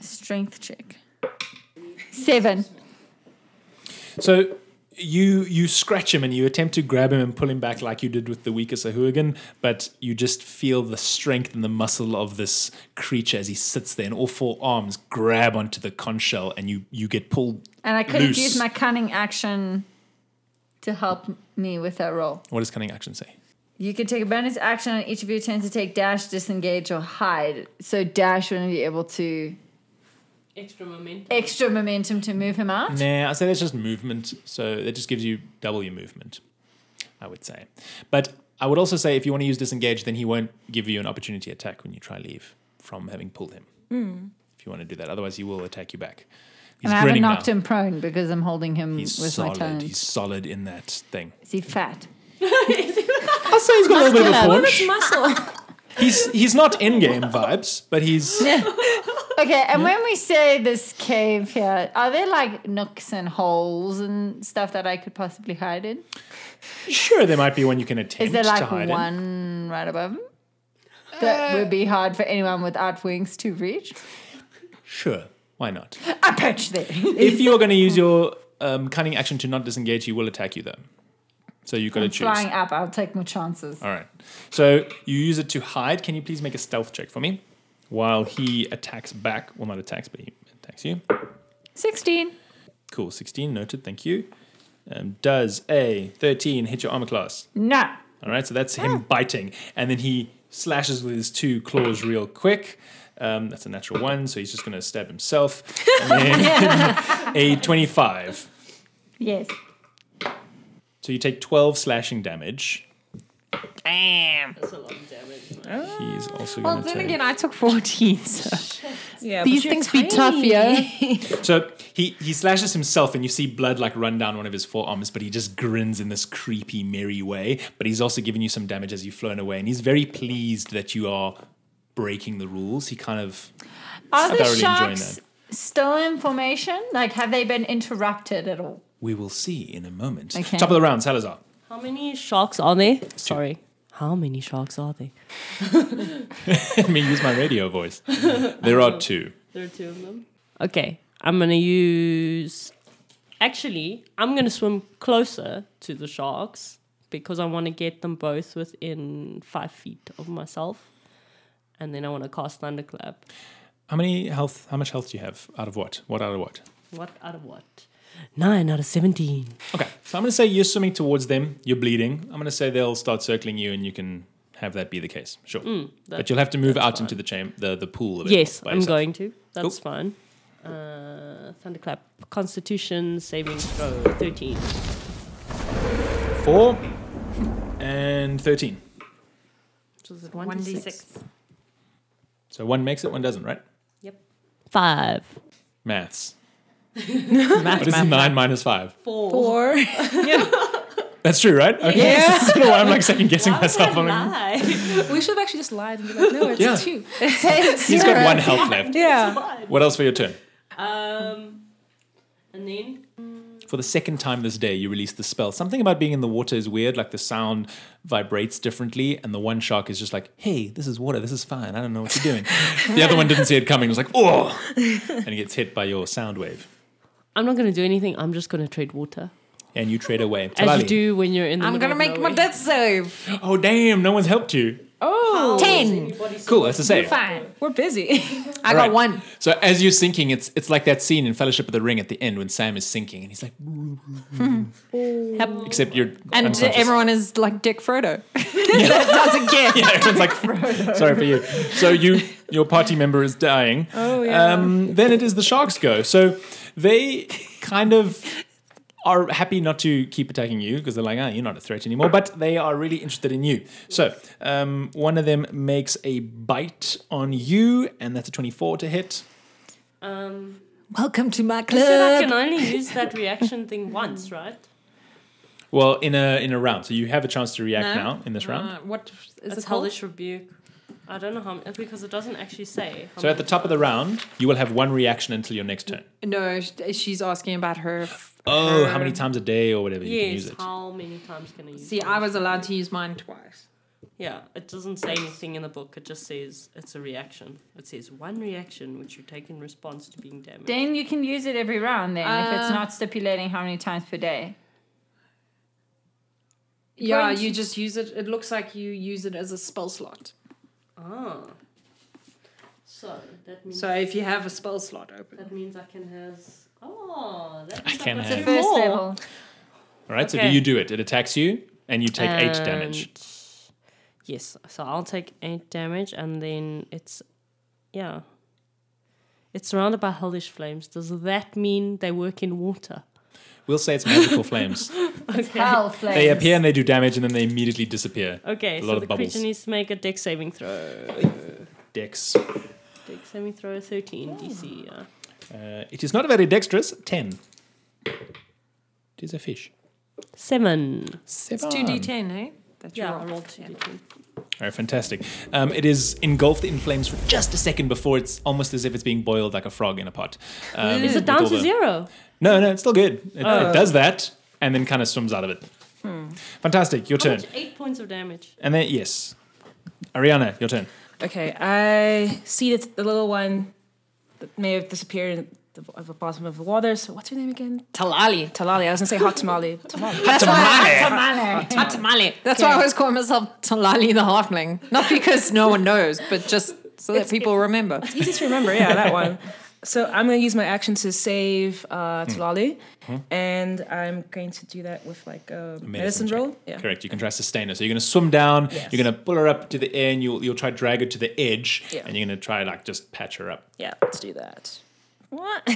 D: Strength check. Seven.
C: So you you scratch him and you attempt to grab him and pull him back like you did with the weaker Sahuagin, but you just feel the strength and the muscle of this creature as he sits there, and all four arms grab onto the conch shell, and you you get pulled.
D: And I couldn't
C: Loose.
D: use my cunning action to help me with that roll.
C: What does cunning action say?
D: You can take a bonus action on each of your turns to take dash, disengage, or hide. So dash wouldn't be able to
G: Extra momentum.
D: extra momentum to move him out.
C: Nah, I say that's just movement. So that just gives you double your movement, I would say. But I would also say if you want to use disengage, then he won't give you an opportunity attack when you try leave from having pulled him. If you want to do that, otherwise he will attack you back. He's
D: Hmm. and I haven't
C: grinning
D: knocked
C: now.
D: him prone because I'm holding him
C: He's
D: with my
C: solid.
D: talons.
C: He's solid in that thing.
D: Is he fat?
C: I'll say he's got a little bit of paunch.
F: Muscle.
C: He's he's not in game vibes, but he's
D: Okay, and when we say this cave here, are there like nooks and holes and stuff that I could possibly hide in?
C: sure there might be one you can attempt
D: Is there
C: to
D: like
C: hide in.
D: one right above him? that would be hard for anyone without wings to reach.
C: Sure, why not?
D: I punch there.
C: if you're going to use your um, cunning action to not disengage, he will attack you though. So you've got to choose.
D: Flying up, I'll take my chances.
C: All right. So you use it to hide. Can you please make a stealth check for me? While he attacks back. Well, not attacks, but he attacks you.
D: 16.
C: Cool. 16 noted. Thank you. Um, does a 13 hit your armor class?
D: No.
C: All right, so that's him biting, and then he slashes with his two claws real quick. Um, that's a natural one, so he's just going to stab himself. And then a twenty-five.
H: Yes.
C: So you take twelve slashing damage.
G: That's a lot of damage. man.
C: He's also
B: Well,
C: going to
B: then
C: take.
B: again, I took 14. So
F: Yeah,
B: these
F: but you're
B: things be tough, yeah?
C: So he he slashes himself, and you see blood like run down one of his forearms. But he just grins in this creepy, merry way. But he's also giving you some damage as you've flown away, and he's very pleased that you are breaking the rules. He kind of
D: Are the
C: thoroughly enjoying
D: sharks still in formation? Like, have they been interrupted at all?
C: we will see in a moment.
D: Okay.
C: Top of the round, Salazar.
G: How many sharks are there? Sorry. How many sharks are there?
C: Let me use my radio voice. There are two.
G: There are two of them. Okay, I'm gonna use. Actually, I'm gonna swim closer to the sharks because I want to get them both within five feet of myself, and then I want to cast thunderclap.
C: How many health? How much health do you have? Out of what? What out of what?
G: What out of what? Nine out of seventeen.
C: Okay, so I'm going to say you're swimming towards them. You're bleeding. I'm going to say they'll start circling you, and you can have that be the case. Sure, but you'll have to move out into the cham- the the pool. A bit
G: Yes,
C: by
G: I'm
C: yourself.
G: going to. That's fine. Uh, thunderclap. Constitution saving throw thirteen.
C: Four and thirteen.
G: So is it one d six?
C: So one makes it, one doesn't, right?
G: Five.
C: Maths. What is nine minus five?
F: Four.
C: That's true, right? Okay. Yeah. I don't know why I'm like second guessing myself. I'm like,
F: we should have actually just lied and be like, no, it's
C: Yeah.
F: two.
C: he's got one health left.
F: Yeah.
C: What else for your turn?
G: Um, and then
C: For the second time this day, you release the spell. Something about being in the water is weird. Like the sound vibrates differently, and the one shark is just like, "Hey, this is water. This is fine. I don't know what you're doing." the other one didn't see it coming. Was like, "Oh," and he gets hit by your sound wave,
G: I'm not going to do anything. I'm just going to trade water,
C: and you trade away.
G: as
C: Tabali.
G: you do when you're in. The
B: I'm going to make my death save.
C: Oh damn! No one's helped you.
B: 10.
C: Cool. That's the save.
B: Fine.
F: We're busy.
B: I
C: Right.
B: got one.
C: So as you're sinking, it's it's like that scene in Fellowship of the Ring at the end when Sam is sinking, and he's like, except you're
B: Hmm. And
C: unconscious.
B: everyone is like Dick Frodo. that does it get.
C: Yeah, everyone's like, sorry for you. So you, your party member is dying. Oh
F: yeah.
C: Um, then it is the sharks go. So they kind of are happy not to keep attacking you because they're like, ah, you're not a threat anymore. But they are really interested in you. So um, one of them makes a bite on you, and that's a 24 to hit.
G: Um,
B: Welcome to my
G: so I
B: club.
G: can only use that reaction thing once, right?
C: Well, in a in a round, so you have a chance to react
B: No.
C: now in this round.
B: Uh, what is
G: It's
B: it called?
G: hellish rebuke. I don't know how m- because it doesn't actually say. How
C: So at the
G: many-
C: top of the round, you will have one reaction until your next turn.
B: No, sh- she's asking about her. f-
C: Oh,
B: her-
C: how many times a day or whatever you can use
G: Yes,
C: it.
G: how many times can I use?
B: See,
G: it?
B: I was allowed to use mine twice.
G: Yeah, it doesn't say anything in the book. It just says it's a reaction. It says one reaction which you take in response to being damaged.
D: Then you can use it every round, then, if it's
B: Uh,
D: not stipulating how many times per day.
B: Yeah,
D: Points.
B: you just use it. It looks like you use it as a spell slot.
G: Ah. So that means
B: So if you have a spell slot open,
G: that means I can have. Oh, that means I
C: can
G: can
C: have-
G: have
D: First
G: more.
D: level.
C: All right, so do
G: Okay. Um,
C: you do it? It attacks you, and you take eight damage.
G: And- Yes, so I'll take eight damage, and then it's, yeah. It's surrounded by hellish flames. Does that mean they work in water?
C: We'll say it's magical flames.
G: Okay.
D: Hell flames.
C: They appear and they do damage, and then they immediately disappear.
G: Okay,
C: A lot
G: so
C: of
G: the
C: bubbles.
G: creature needs to make a dex saving throw.
C: Dex.
G: Dex saving throw 13 DC. Yeah.
C: Uh, it is not very dexterous. Ten. It is a fish.
G: Seven.
C: Seven.
B: two d ten, eh? That's
G: Yeah,
B: your
G: I
B: roll.
G: rolled two d10.
C: All right, fantastic. Um, it is engulfed in flames for just a second before it's almost as if it's being boiled like a frog in a pot. Um,
G: Is
C: with
G: it down
C: all
G: to
C: the-
G: zero? Oh.
C: No, no, it's still good. It, it does that and then kind of swims out of it. Fantastic. Your
G: Hmm. How
C: turn.
G: much? Eight points of damage.
C: And then, yes. Ariana, your turn.
F: Okay, I see the, the little one that may have disappeared in the, at the bottom of the water. So what's her name again?
B: Talali.
F: Talali. I was gonna say hot tamale. Tamale.
B: That's why,
F: Hot tamale.
B: that's why I always call myself Talali the Halfling. Not because no one knows, but just so that people remember.
F: Easy to remember. Yeah, that one. So I'm gonna use my action to save uh, Talali, and I'm going to do that with like a medicine,
C: check.
F: roll. Yeah.
C: Correct. You can try sustain her. So you're going to swim down.
F: Yes.
C: You're going to pull her up to the air, and you'll you'll try drag her to the edge,
F: Yeah.
C: and you're going to try like just patch her up.
F: Yeah, let's do that. What?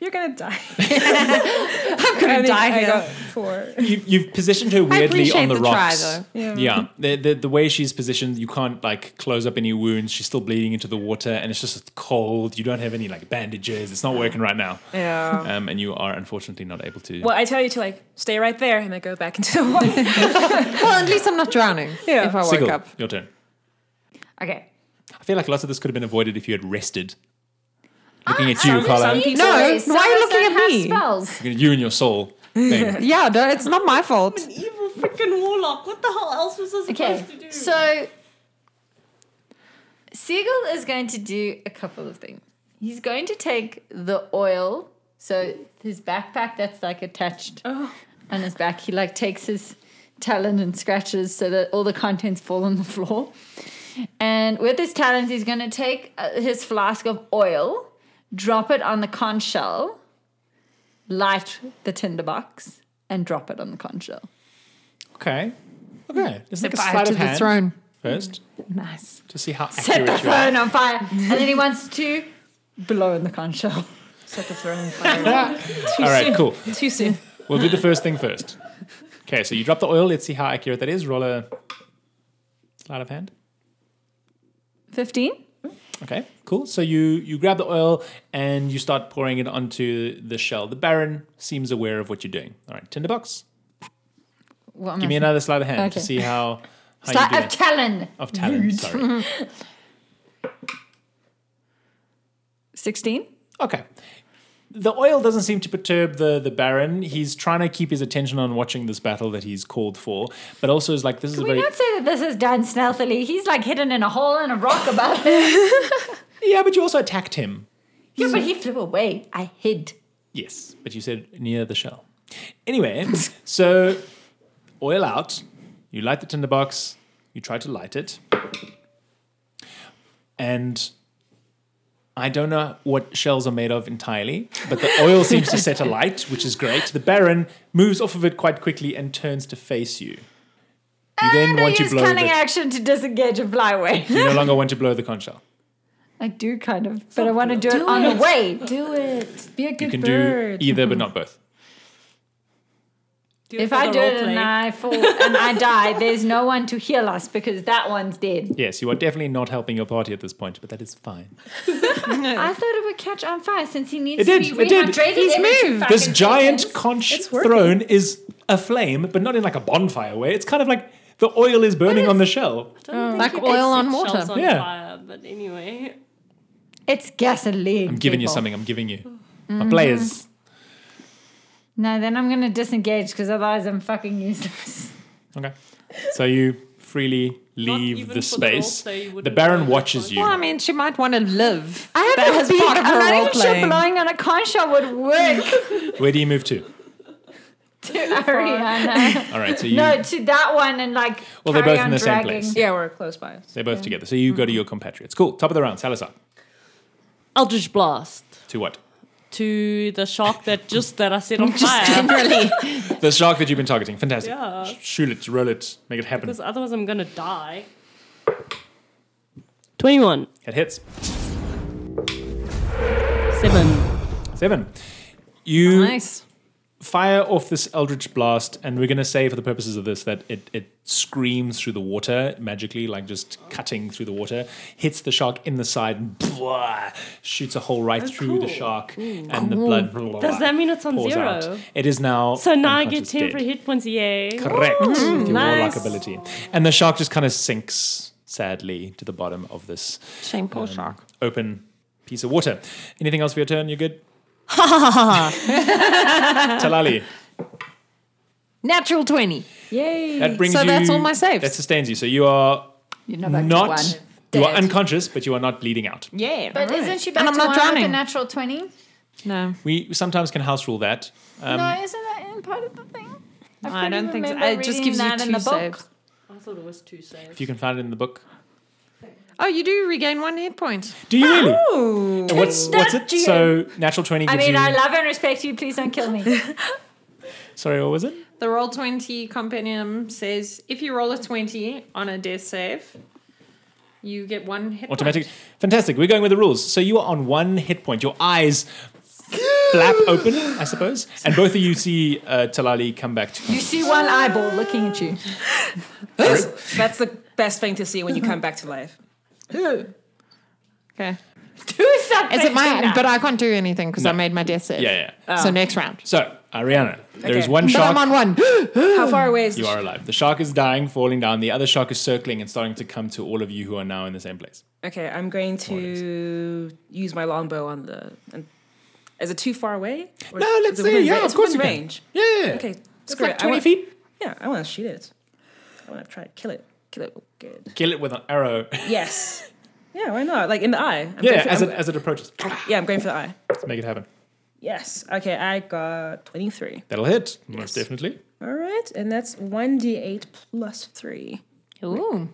F: You're gonna die. I'm gonna
B: die here.
F: four.
C: You, you've positioned her weirdly
B: appreciate
C: on the,
B: the try,
C: rocks.
B: though.
F: Yeah.
C: yeah. The, the the way she's positioned, you can't like close up any wounds. She's still bleeding into the water, and it's just cold. You don't have any like bandages. It's not working right now.
F: Yeah.
C: Um, and you are unfortunately not able to.
F: Well, I tell you to like stay right there, and I go back into the water.
B: Well, at least I'm not drowning
F: Yeah.
B: if I woke
C: Sigil,
B: up.
C: your turn.
D: Okay.
C: I feel like lots of this could have been avoided if you had rested.
F: Ah,
C: Looking at you, Carla.
F: people-
B: No,
D: Sorry,
B: why are you
D: Sarah's
B: looking
D: don't
B: at
D: have
B: me?
D: Spells.
C: You and your soul. Thing.
B: Yeah, no, it's not my fault.
G: Evil freaking warlock. What the hell else was I supposed
D: Okay,
G: to do?
D: so Siegel is going to do a couple of things. He's going to take the oil, so his backpack that's like attached
G: Oh.
D: on his back. He like takes his talon and scratches so that all the contents fall on the floor. And with his talons, he's going to take uh, his flask of oil, drop it on the conch shell, light the tinderbox, and drop it on the conch shell.
C: Okay. Okay. Let's take a
B: Survive
C: sleight
B: to
C: of
B: the
C: hand
B: throne.
C: first
B: Nice.
C: to see how
D: set the
C: accurate you are.
D: throne on fire. And then he wants to blow in the conch shell.
F: Set the throne on fire.
C: All right, cool.
F: Too soon.
C: We'll do the first thing first. Okay, so you drop the oil. Let's see how accurate that is. Roll a sleight of hand.
D: 15?
C: Okay, cool. So you you grab the oil and you start pouring it onto the shell. The Baron seems aware of what you're doing. All right, tinderbox.
D: What am
C: Give
D: I-
C: me another sleight of hand to
D: Okay.
C: see how how
D: Slight
C: you do
D: of talon.
C: of talent. Sorry.
D: 16?
C: Okay. The oil doesn't seem to perturb the, the Baron. He's trying to keep his attention on watching this battle that he's called for, but also is like, this is a
D: We
C: very.
D: don't say that this is done stealthily. He's like hidden in a hole in a rock above it.
C: Yeah, but you also attacked him.
D: yeah, but he flew away. I hid.
C: Yes, but you said near the shell. Anyway, so oil out. You light the tinderbox. You try to light it. And I don't know what shells are made of entirely, but the oil seems to set alight, which is great. The Baron moves off of it quite quickly and turns to face you. You then
D: And I
C: want to
D: use
C: blow
D: cunning
C: the,
D: action to disengage and fly away.
C: you no longer want to blow the conch shell.
D: I do kind of, but I want to do, it on the way. Do it. Be a
C: You
D: good
C: can
D: bird.
C: do either but not both.
D: if I do it and
G: play.
D: I fall and I die, there's no one to heal us because that one's dead.
C: Yes, you are definitely not helping your party at this point, but that is fine.
D: I thought it would catch on fire since he needs
C: It
D: to
C: did,
D: be
C: it did.
D: rehydrated.
C: He's
D: every
B: moved.
D: fucking
C: this giant
D: second.
C: conch
F: working.
C: throne is aflame, but not in like a bonfire way. It's kind of like the oil is burning on the shell.
G: I don't think
B: Mm, Like
G: it
B: oil
G: takes
B: on
G: six
B: water.
G: shells on
C: Yeah.
G: fire, but anyway.
D: It's gasoline.
C: I'm giving you something. I'm giving you
G: Mm-hmm.
C: my players.
D: No, then I'm gonna disengage because otherwise I'm fucking useless.
C: Okay, so you freely leave
G: even
C: the
G: for
C: space.
G: the roleplay, you
C: the
G: wouldn't
C: Baron
G: know.
C: watches you.
B: Well, I mean, she might want to live.
D: I have
B: That
D: a
B: is
D: beak.
B: part of her
D: I'm not even
B: role-playing.
D: sure blowing on a conch shell would work.
C: Where do you move to?
D: to Ariana.
C: All right, so you
D: no, to that one and like.
C: Well, they're
D: carry
C: both in
D: on
C: the same
D: dragging.
C: place.
F: Yeah, we're close by.
C: they're both together. So you go to your compatriots. Cool. Top of the round. Salazar.
G: Eldritch Blast
C: To what?
G: to the shark that just that I set on
B: Just
G: fire.
B: generally.
C: The shark that you've been targeting. Fantastic.
G: Yeah.
C: Sh- Shoot it. Roll it. Make it happen.
G: Because otherwise I'm gonna die. Twenty-one.
C: It hits.
G: Seven.
C: Seven. You
B: nice.
C: fire off this eldritch blast, and we're going to say, for the purposes of this, that it, it screams through the water magically, like just cutting through the water, hits the shark in the side, and blah, shoots a hole right
G: Oh,
C: through the shark, and the blood. Blah,
G: Does that mean it's on
C: pours
G: zero?
C: out. It is now.
G: So now I get
C: unconscious
G: ten
C: dead.
G: for hit points. Yay!
C: Correct. with your warlock
G: nice.
C: ability, and the shark just kind of sinks sadly to the bottom of this
B: Shame,
C: Um,
B: poor shark.
C: open piece of water. Anything else for your turn? You good? Talali.
B: Natural 20.
C: That brings
B: So
C: you,
B: that's all my saves.
C: That sustains you. So you are
D: You know, back to
C: not
D: one. dead.
C: You are unconscious, but you are not bleeding out.
F: Yeah.
D: but isn't she back
B: And I'm
D: to
B: not
D: one with a
B: drowning.
D: natural 20?
B: No,
C: We sometimes can house rule that. Um,
D: no, isn't that in part of the thing?
B: I don't
D: couldn't
B: think so.
D: remember
B: It just
D: reading
B: gives you
D: that in
B: two
D: the book.
B: saves.
G: I thought it was two saves.
C: If you can find it in the book.
B: Oh, you do regain one hit point.
C: Do you really? And what's what's it?
D: Touchdown.
C: So natural twenty
D: I
C: gives
D: mean,
C: you.
D: I love and respect you. Please don't kill me.
C: sorry, what was it?
I: The roll 20 compendium says if you roll a 20 on a death save, you get one hit.
C: Automatic. Fantastic. We're going with the rules. So you are on one hit point. Your eyes flap open, I suppose, and both of you see uh, Talali come back to.
D: you see one eyeball looking at you.
F: That's the best thing to see when you come back to life.
B: Okay.
D: Do something.
B: Is it my? But I can't do anything because I
C: No.
B: made my death save.
C: Yeah, yeah.
I: Oh.
B: So next round.
C: So Ariana, there is
F: Okay.
C: one
B: But
C: shark.
B: I'm on one.
F: How far away is
C: you are alive. The shark is dying, falling down. The other shark is circling and starting to come to all of you who are now in the same place.
F: Okay, I'm going to use my longbow on the. And, is it too far away? Or
C: No, let's
F: is it within
C: see. Yeah,
F: ra-
C: of
F: it's
C: course you
F: within
C: can.
F: range.
C: Yeah.
F: Okay,
C: It's
F: screw
C: like
F: it. I
C: twenty
F: want-
C: feet.
F: Yeah, I want to shoot it. I want to try to kill it. Kill it good.
C: Kill it with an arrow.
F: Yes. Yeah, why not? Like in the eye. I'm going
C: yeah,
F: for-
C: as
F: I'm-
C: it as it approaches,
F: yeah, I'm going for the eye.
C: Let's make it happen.
F: Yes. Okay, I got 23.
C: That'll hit most definitely.
F: All right, and that's 1d8 plus 3.
B: Ooh.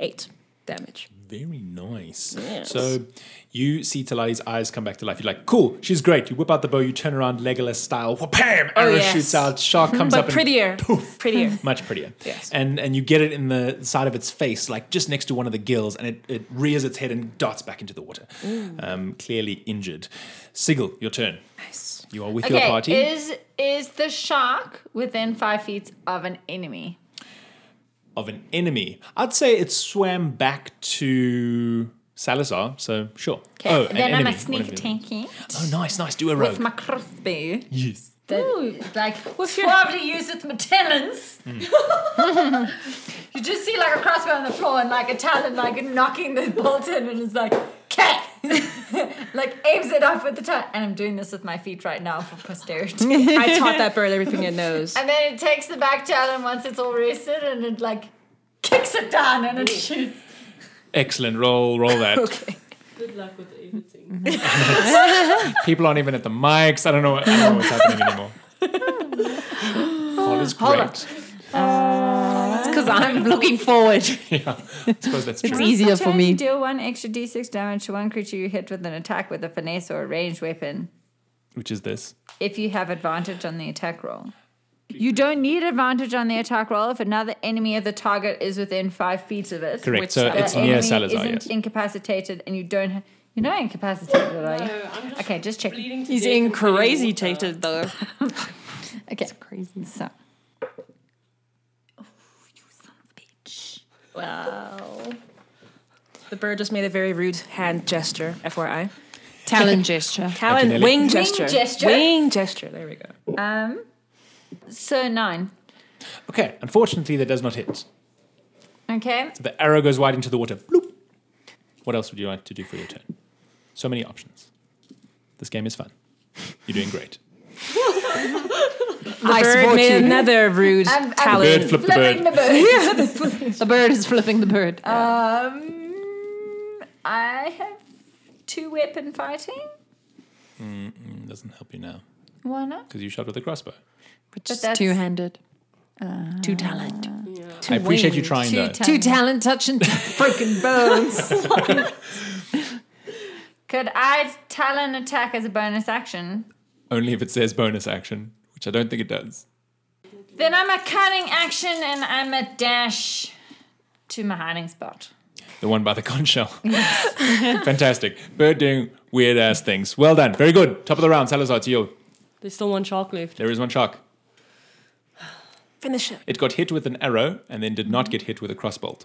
F: 8 damage.
C: Very nice.
F: Yes.
C: So you see Talali's eyes come back to life. You're like, cool, she's great. You whip out the bow, you turn around Legolas style, wham! Arrow
F: Oh, yes.
C: shoots out, shark comes up
F: But
C: and-
F: prettier. Prettier.
C: much prettier.
F: Yes.
C: And and you get it in the side of its face, like just next to one of the gills, and it, it rears its head and darts back into the water.
D: Mm.
C: Um, clearly injured. Sigil, your turn. Nice. You are with your
D: Okay,
C: party.
D: is is the shark within five feet of an enemy?
C: of an enemy. I'd say it swam back to Salazar, so sure.
D: Okay,
C: Oh, an
D: then I'm
C: enemy.
D: a
C: One of
D: sneak
C: you.
D: tanking
C: Oh, nice, nice. Do a
D: with
C: rogue.
D: my crossbow.
C: yes.
D: That, like suavely used with my talons.
C: Hmm.
D: you just see like a crossbow on the floor and like a talon like knocking the bolt in, and it's like cat. like aims it off with the talon, and I'm doing this with my feet right now for posterity.
F: I taught that bird everything it knows.
D: And then it takes the back talon once it's all rested, and it like kicks it down and it shoots.
C: Excellent. Roll, roll that.
G: Good luck with editing.
C: People aren't even at the mics. I don't know, I don't know what's happening anymore. Hall is great.
B: It's because I'm looking forward.
C: I suppose that's true.
B: It's easier for me.
D: Deal one extra d6 damage to one creature you hit with an attack with a finesse or a ranged weapon.
C: Which is this.
D: if you have advantage on the attack roll. You don't need advantage on the attack roll if another enemy of the target is within five feet of it.
C: Correct. so
D: The
C: it's
D: enemy
C: near Salazar,
D: isn't
C: yes.
D: incapacitated, and you don't. Ha- you're not incapacitated, are you?
G: I'm just
D: Okay, just check.
G: bleeding to
I: He's
G: death
I: in
G: and bleeding
I: crazy
G: water.
I: tated though.
D: Okay. crazy. So.
F: The bird just made a very rude hand gesture, FYI.
B: Talon gesture.
F: Talon,
C: Nelly.
F: wing, gesture.
D: gesture.
F: Wing gesture. There we go.
D: Um. So nine.
C: Okay, unfortunately, that does not hit.
D: Okay.
C: The arrow goes wide into the water. Bloop. What else would you like to do for your turn? So many options. This game is fun. You're doing great.
B: I
F: Bird
B: support
F: made
B: you.
F: another rude
D: I'm- I'm-
F: talon.
C: Bird flip the
D: Flipping
C: bird.
D: the bird.
B: The bird is flipping the bird.
D: Um. I have two weapon fighting.
C: Mm, Doesn't help you now
D: Why not?
C: because you shot with a crossbow.
B: Which
D: but
B: is
D: that's-
B: two-handed. Two talent.
C: I appreciate you trying though.
B: Two talent touching freaking bones.
D: Could I talon attack as a bonus action?
C: Only if it says bonus action, which I don't think it does.
D: Then I'm a cunning action and I'm a dash to my hiding spot.
C: The one by the conch shell. Fantastic. Bird doing weird ass things. Well done. Very good. Top of the round. Salazar to you.
G: There's still one shark left.
C: There is one shark.
F: Finish it.
C: It got hit with an arrow and then did not get hit with a crossbolt.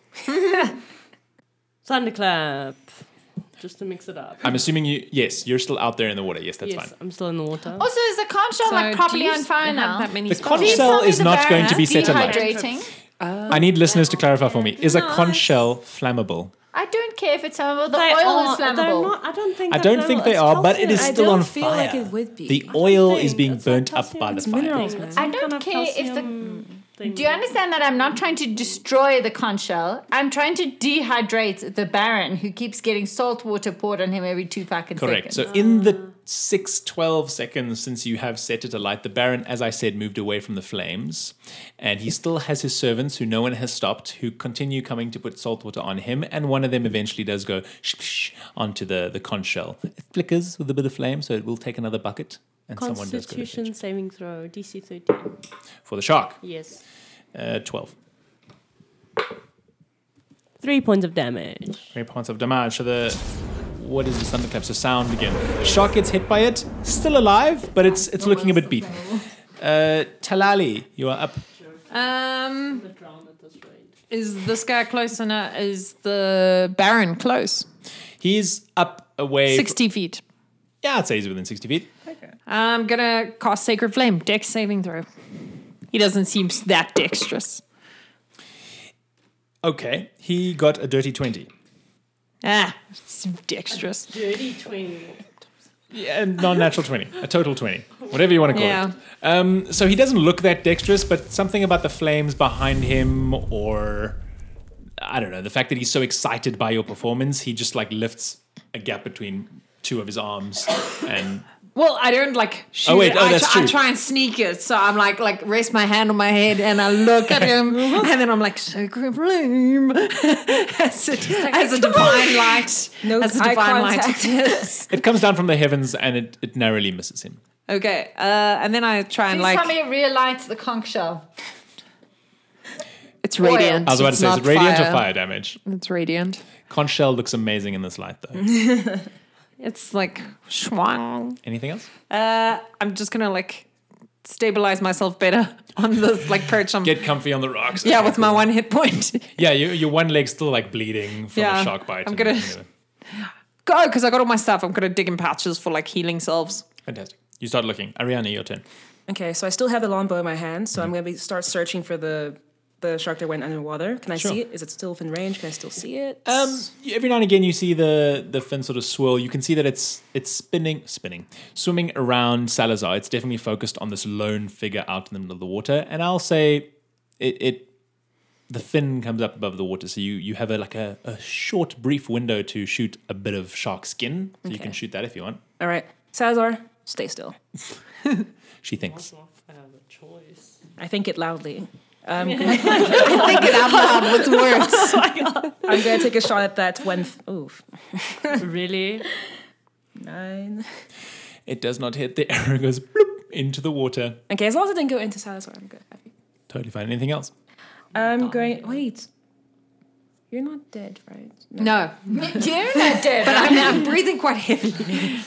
G: Thunderclap. Just to mix it up.
C: I'm assuming you. Yes, you're still out there in the water. Yes, that's
G: yes,
C: fine.
G: I'm still in the water.
D: Also, is the conch shell like properly on fire now?
I: That many
C: The
I: spells?
C: conch shell is not going to be set alight.
D: dehydrating.
C: I need listeners to clarify for me. Is a conch shell flammable?
D: I don't care if it's flammable. The
G: They
D: oil
G: are-
D: is
G: they're
D: flammable.
G: Not, I don't think
C: I
G: they're
C: don't think
G: flammable.
C: they
G: It's
C: are, but it is
G: calcium.
C: still
F: don't
C: on
F: feel
C: fire.
F: like it would be.
C: The oil
G: think
C: is being
G: it's like
C: burnt up
G: calcium.
C: by the
G: It's
C: fire.
F: minerals,
G: It's
F: man.
G: some
D: I don't
G: kind of
D: care if the-
G: calcium thing.
D: Do you understand that I'm not trying to destroy the conch shell? I'm trying to dehydrate the Baron who keeps getting salt water poured on him every two fucking
C: Correct.
D: seconds.
C: So
F: uh,
C: in the six, 12 seconds since you have set it alight, the Baron, as I said, moved away from the flames. And he still has his servants, who no one has stopped, who continue coming to put salt water on him. And one of them eventually does go shh, shh, onto the, the conch shell. It flickers with a bit of flame, so it will take another bucket. And someone does go to fetch
G: Constitution saving throw, DC 13.
C: it. For the shark,
G: Yes.
C: uh, 12.
G: Three points of damage.
C: Three points of damage. So the what is this thunderclap? So sound again. Shark gets hit by it. Still alive, but it's it's looking a bit beat. Uh, Talali, you are up.
B: Um, is this guy close enough? Is the Baron close?
C: He's up away. fr-
B: 60 feet.
C: yeah, I'd say he's within sixty feet.
B: I'm gonna cast Sacred Flame. Dex saving throw. He doesn't seem that dexterous.
C: Okay, he got a dirty twenty.
B: Ah, seem dexterous.
G: Dirty 20.
C: Yeah, non-natural twenty, a total twenty, whatever you want to call
B: Yeah.
C: it. Um, so he doesn't look that dexterous, but something about the flames behind him, or I don't know, the fact that he's so excited by your performance, he just like lifts a gap between two of his arms and
B: Well, I don't like shoot
C: Oh, wait.
B: it.
C: Oh,
B: I,
C: that's
B: tr- I
C: true.
B: try and sneak it. So I'm like, like rest my hand on my head and I look at him
C: Uh-huh.
B: and then I'm like, Sacred Flame. as, it, as a divine light.
F: No
B: as a
F: eye
B: divine
F: contact.
B: light.
C: it comes down from the heavens and it, it narrowly misses him.
B: okay. Uh, and then I try and
D: Please
B: like,
D: tell me it realights the conch shell.
B: it's radiant.
C: I was about to
B: It's
C: say, is it
B: not
C: radiant or fire damage?
B: It's radiant.
C: Conch shell looks amazing in this light, though.
B: It's like, schwang.
C: Anything else?
B: Uh, I'm just going to like stabilize myself better on this like perch. I'm,
C: Get comfy on the rocks.
B: yeah,
C: Okay,
B: with my
C: cool.
B: one hit point.
C: Yeah, your, your one leg's still like bleeding from
B: Yeah,
C: a shark bite.
B: I'm
C: and,
B: gonna-
C: you know,
B: Go, because I got all my stuff. I'm going to dig in pouches for like healing selves.
C: fantastic. You start looking. Ariana, your turn.
F: Okay, so I still have the longbow in my hand, so I'm gonna be, start searching for the the shark that went underwater. Can I
C: Sure.
F: see it? Is it still within range? Can I still see it?
C: Um, you- every now and again, you see the the fin sort of swirl. You can see that it's it's spinning, spinning, swimming around Salazar. It's definitely focused on this lone figure out in the middle of the water. And I'll say, it, it the fin comes up above the water, so you you have a like a, a short, brief window to shoot a bit of shark skin. So you can shoot that if you want.
F: All right, Salazar, stay still.
C: She thinks.
G: I have a choice.
F: I think it loudly.
B: Think it out loud with words.
F: I'm gonna take a shot at that one. F- oof,
G: really?
F: nine.
C: It does not hit. The arrow goes bloop into the water.
F: Okay, as long as it didn't go into Salazar, I'm good. Happy.
C: Totally fine. Anything else?
F: I'm going. Wait, you're not dead, right?
B: No,
D: You're not dead.
B: but I'm, I'm breathing quite heavily.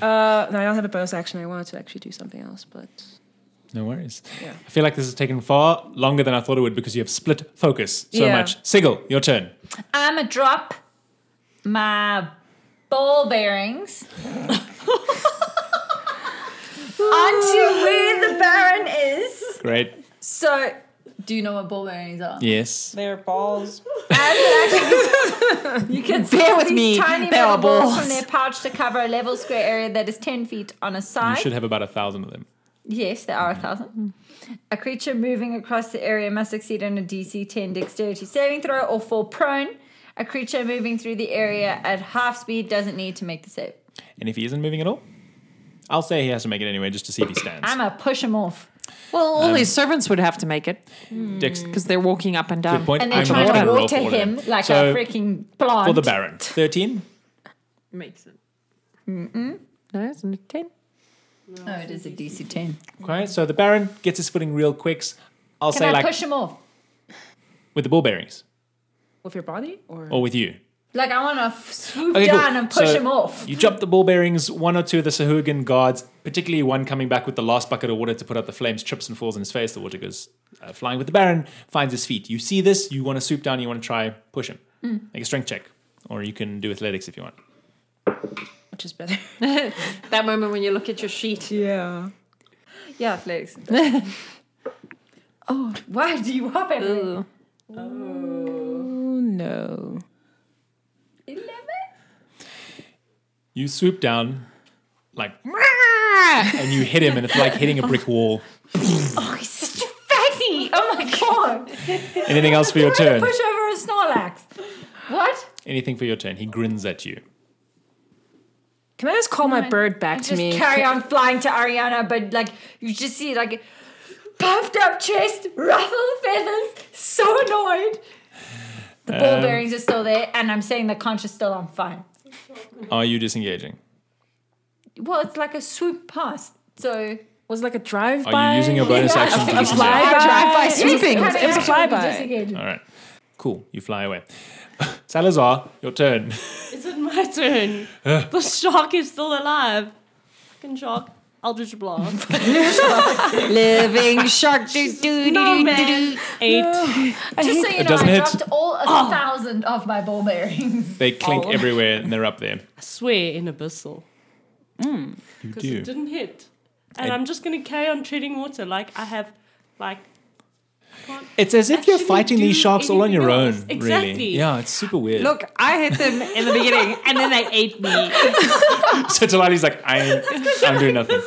F: Uh, no, I don't have a bonus action. I wanted to actually do something else, but
C: No worries.
F: Yeah.
C: I feel like this has taken far longer than I thought it would because you have split focus so
F: Yeah.
C: much. Sigil, your turn.
D: I'm going to drop my ball bearings onto where the Baron is.
C: Great.
D: So, do you know what ball bearings are?
C: Yes.
F: they're balls.
D: You can
B: Bear
D: pull
B: with
D: these
B: me.
D: Tiny
B: There
D: metal
B: are
D: balls
B: balls.
D: from their pouch to cover a level square area that is ten feet on a
C: You
D: side.
C: should have about a thousand of them.
D: Yes, there are
C: Mm-hmm.
D: a thousand. A creature moving across the area must succeed on a DC 10 dexterity saving throw or fall prone. A creature moving through the area at half speed doesn't need to make the save.
C: And if he isn't moving at all, I'll say he has to make it anyway just to see if he stands.
D: I'm gonna push him off.
B: Well, all
C: Um,
B: his servants would have to make it
C: Dex-
B: because they're walking up and down.
C: Good point.
D: And they're
C: I'm
D: trying
C: not
D: to
C: gonna roll
D: water
C: for them.
D: him like
C: so,
D: a freaking plant.
C: For the Baron. 13?
B: Makes it. Mm-mm. No, it's a ten.
D: No, it is a DC 10.
C: Okay, so the Baron gets his footing real quicks. I'll
D: Can
C: say
D: I
C: like
D: push him off?
C: with the ball bearings
F: With your body, or
C: or with you.
D: Like, I wanna f- swoop
C: Okay, cool.
D: down and push
C: So
D: him off.
C: You drop the ball bearings, one or two of the Sahuagin guards, particularly one coming back with the last bucket of water to put out the flames, trips and falls in his face. The water goes uh, flying with the Baron, finds his feet. You see this, you want to swoop down, you want to try push him. Make a strength check, or you can do athletics if you want.
F: which is better?
B: That moment when you look at your sheet.
F: Yeah.
D: Yeah, athletics. oh, why do you hop everything?
F: Oh no.
D: 11?
C: You swoop down, like, and you hit him, and it's like hitting a brick wall.
D: He's such a fatty. Oh my god.
C: Anything else for your turn?
D: Push over a Snorlax. What?
C: Anything for your turn? He grins at you.
F: Can I just call my bird back to
D: Just
F: me?
D: carry on flying to Ariana, but like you just see like puffed up chest, ruffled feathers, so annoyed. The ball
C: Um,
D: bearings are still there, and I'm saying the conch is still on fire.
C: Are you disengaging?
D: Well, it's like a swoop past, so
F: was it like a drive
C: Are you using your bonus action to
F: a
C: disengage?
F: flyby?
B: drive-by
F: It was-
B: swooping.
F: It was, a flyby.
D: disengage.
C: All right. Cool. You fly away. Salazar, your turn.
G: Is it my turn? the shark is still alive. Fucking shark. Eldritch Blast.
B: Living shark. Do, do,
G: no,
B: do, do, do, do.
G: man. Eight.
D: Just so you know,
C: doesn't
D: I
C: hit.
D: dropped all a
F: Oh.
D: thousand of my ball bearings.
C: They clink everywhere and they're up there.
G: I swear in Abyssal.
C: You
G: Because it
C: do.
G: didn't hit. And
C: I-
G: I'm just going to carry on treading water. Like, I have, like,
C: It's as if you're
G: shouldn't
C: fighting these
G: do
C: sharks all on your
G: anything
C: own,
G: else.
C: really.
G: Exactly.
C: Yeah, it's super weird.
B: Look, I hit them in the beginning and then they ate me.
C: So Talali's like, I'm, I'm doing nothing.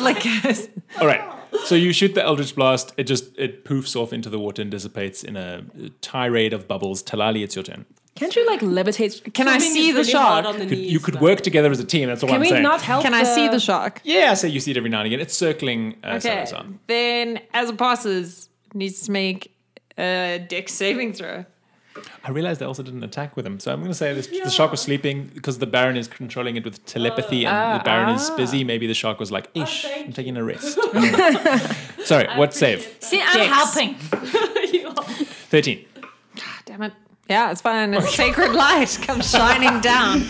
B: Like,
C: All right. So you shoot the Eldritch Blast. It just, it poofs off into the water and dissipates in a tirade of bubbles. Talali, it's your turn.
F: Can't you like levitate?
B: can I
G: swimming
B: see
G: is
B: the
G: really
B: shark?
G: hard on the
C: Could,
G: knees,
C: you could
G: but-
C: work together as a team. That's all
F: Can
C: I'm
F: we
C: saying.
F: not help?
B: Can I see the shark?
C: yeah, I say you see it every now and again. It's circling uh,
B: Okay.
C: Salazar.
B: Then, as it passes, needs to make a deck saving throw.
C: I realized they also didn't attack with him. So I'm going to say this, the shark was sleeping because the Baron is controlling it with telepathy
F: Oh.
C: and
F: Ah.
C: the Baron is busy. Maybe the shark was like, ish,
G: thank
C: I'm taking a rest. Sorry, what save?
D: See, I'm helping.
G: You are-
C: 13.
B: Damn it. Yeah, it's fine. It's sacred light comes shining down.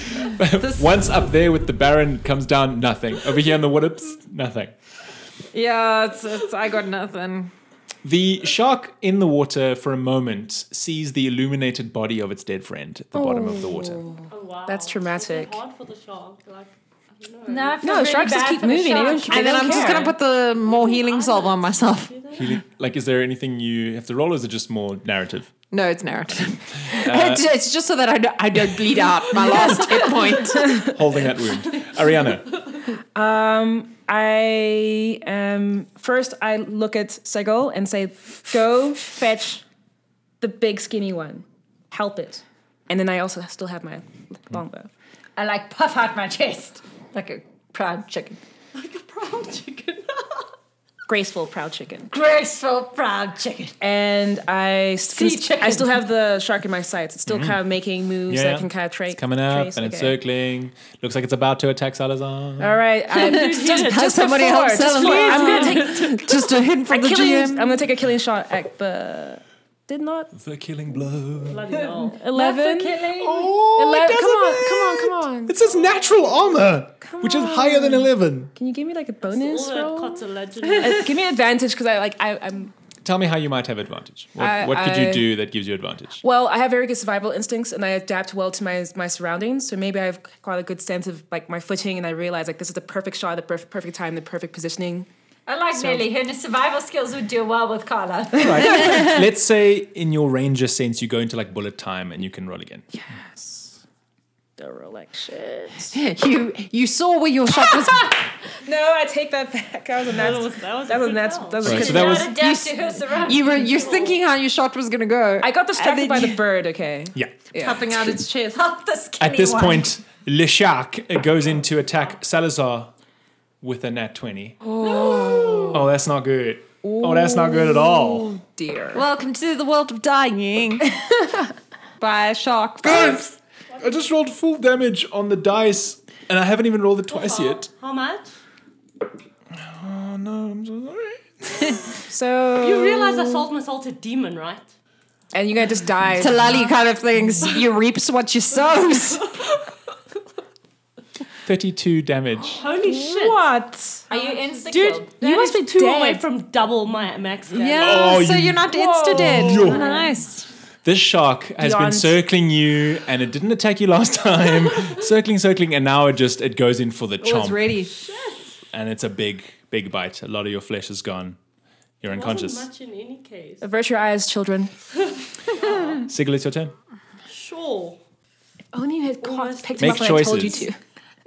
C: Once up there with the Baron, comes down, nothing. Over here on the water, psst, nothing.
B: Yeah, it's, it's, I got nothing.
C: The shark in the water for a moment sees the illuminated body of its dead friend at the bottom of the water.
G: oh, wow.
F: That's traumatic.
G: It's hard for the shark. Like, I don't know.
D: No, I feel
F: No,
D: really
F: sharks just
D: bad
F: keep
D: for the
F: moving. They
D: shark.
F: don't,
B: and then I'm just going to put the more healing salve on myself.
C: Really- Like, is there anything you have to roll or is it just more narrative?
B: No, it's narrative. it's, it's just so that I don't, I don't bleed out my last hit point.
C: Holding that wound. Ariana,
F: Um, I um first I look at Segal and say, "Go fetch the big skinny one, help it." And then I also still have my longbow.
D: I like puff out my chest like a proud chicken.
G: Like a brown chicken.
F: Graceful, proud chicken.
D: Graceful, proud chicken.
F: And I, s-
D: Sea
F: I
D: chicken.
F: still have the shark in my sights. It's still kind of making moves
C: Mm. Yeah,
F: that
C: yeah.
F: I can kind of tra-
C: it's coming up
F: trace.
C: and it's
F: Okay.
C: circling. Looks like it's about to attack Salazar.
F: All right, I, just, just somebody else.
B: Salazar.
F: I'm gonna take
B: just a hint from
F: a
B: the
F: killing. I'm
B: GM.
F: gonna take a killing shot at the. Did not
C: The killing blow.
G: Bloody hell.
F: eleven.
C: Oh,
F: Eleven. Come on, come on, come on.
C: It says natural armor, which is higher than 11.
F: Can you give me like a
G: All
F: bonus
G: that
F: roll?
G: cuts a legend.
F: Uh, give me advantage because I like I, I'm
C: Tell me how you might have advantage. What,
F: I-
C: what could you
F: I-
C: do that gives you advantage?
F: well. I have very good survival instincts and I adapt well to my my surroundings. So maybe I've got a good sense of like my footing and I realize like this is the perfect shot, the perf- perfect time, the perfect positioning.
D: I like Lily. Her survival skills would do well with Carla.
C: Let's say in your ranger sense, you go into like bullet time and you can roll again.
F: Don't roll like shit.
B: You, you saw where your shot was.
F: No, I take that back. That was a
G: That
F: nat.
G: was, that was
F: That
G: a
F: was a
G: good
F: nat.
G: roll.
F: That was a
C: Right,
F: good
C: so that was
D: Not adapt to her surroundings.
B: You were you're thinking how your shot was going to go.
F: I got distracted
B: then
F: by the
B: you-
F: bird. Okay.
C: yeah.
B: Tapping out its chest.
D: Help the skinny
C: At this
D: one.
C: point, Le Shark goes in to attack Salazar with a nat 20. Oh, that's not good. Oh, that's not good at all.
F: Dear.
B: Welcome to the world of dying by a shark.
C: I just rolled full damage on the dice and I haven't even rolled it twice yet.
G: How much?
C: Oh no, I'm so sorry.
F: So
G: You realize I sold my soul to demon, right?
F: and you're gonna just die.
B: Talali kind of things. You reaps what you sows.
C: 32 damage.
G: Holy shit.
F: What?
D: Are you insta
G: Dude,
D: killed?
G: you must
F: must
G: be
F: be
G: two away
F: dead.
G: from double my max damage.
B: Yeah,
C: Oh,
B: so
C: you-
B: you, are not insta dead.
C: Yo.
B: Nice.
C: This shark has been
F: Beyond.
C: circling you and it didn't attack you last time. circling, circling, and now it just it goes in for the
B: It was
C: chomp.
B: ready.
C: and it's a big, big bite. A lot of your flesh is gone. You're unconscious.
G: Wasn't much in any case.
F: Avert your eyes, children.
C: Sigil, it's your turn.
G: Sure.
F: Only you had caught, picked
C: Make
F: him up when I told you
C: choices.
F: to.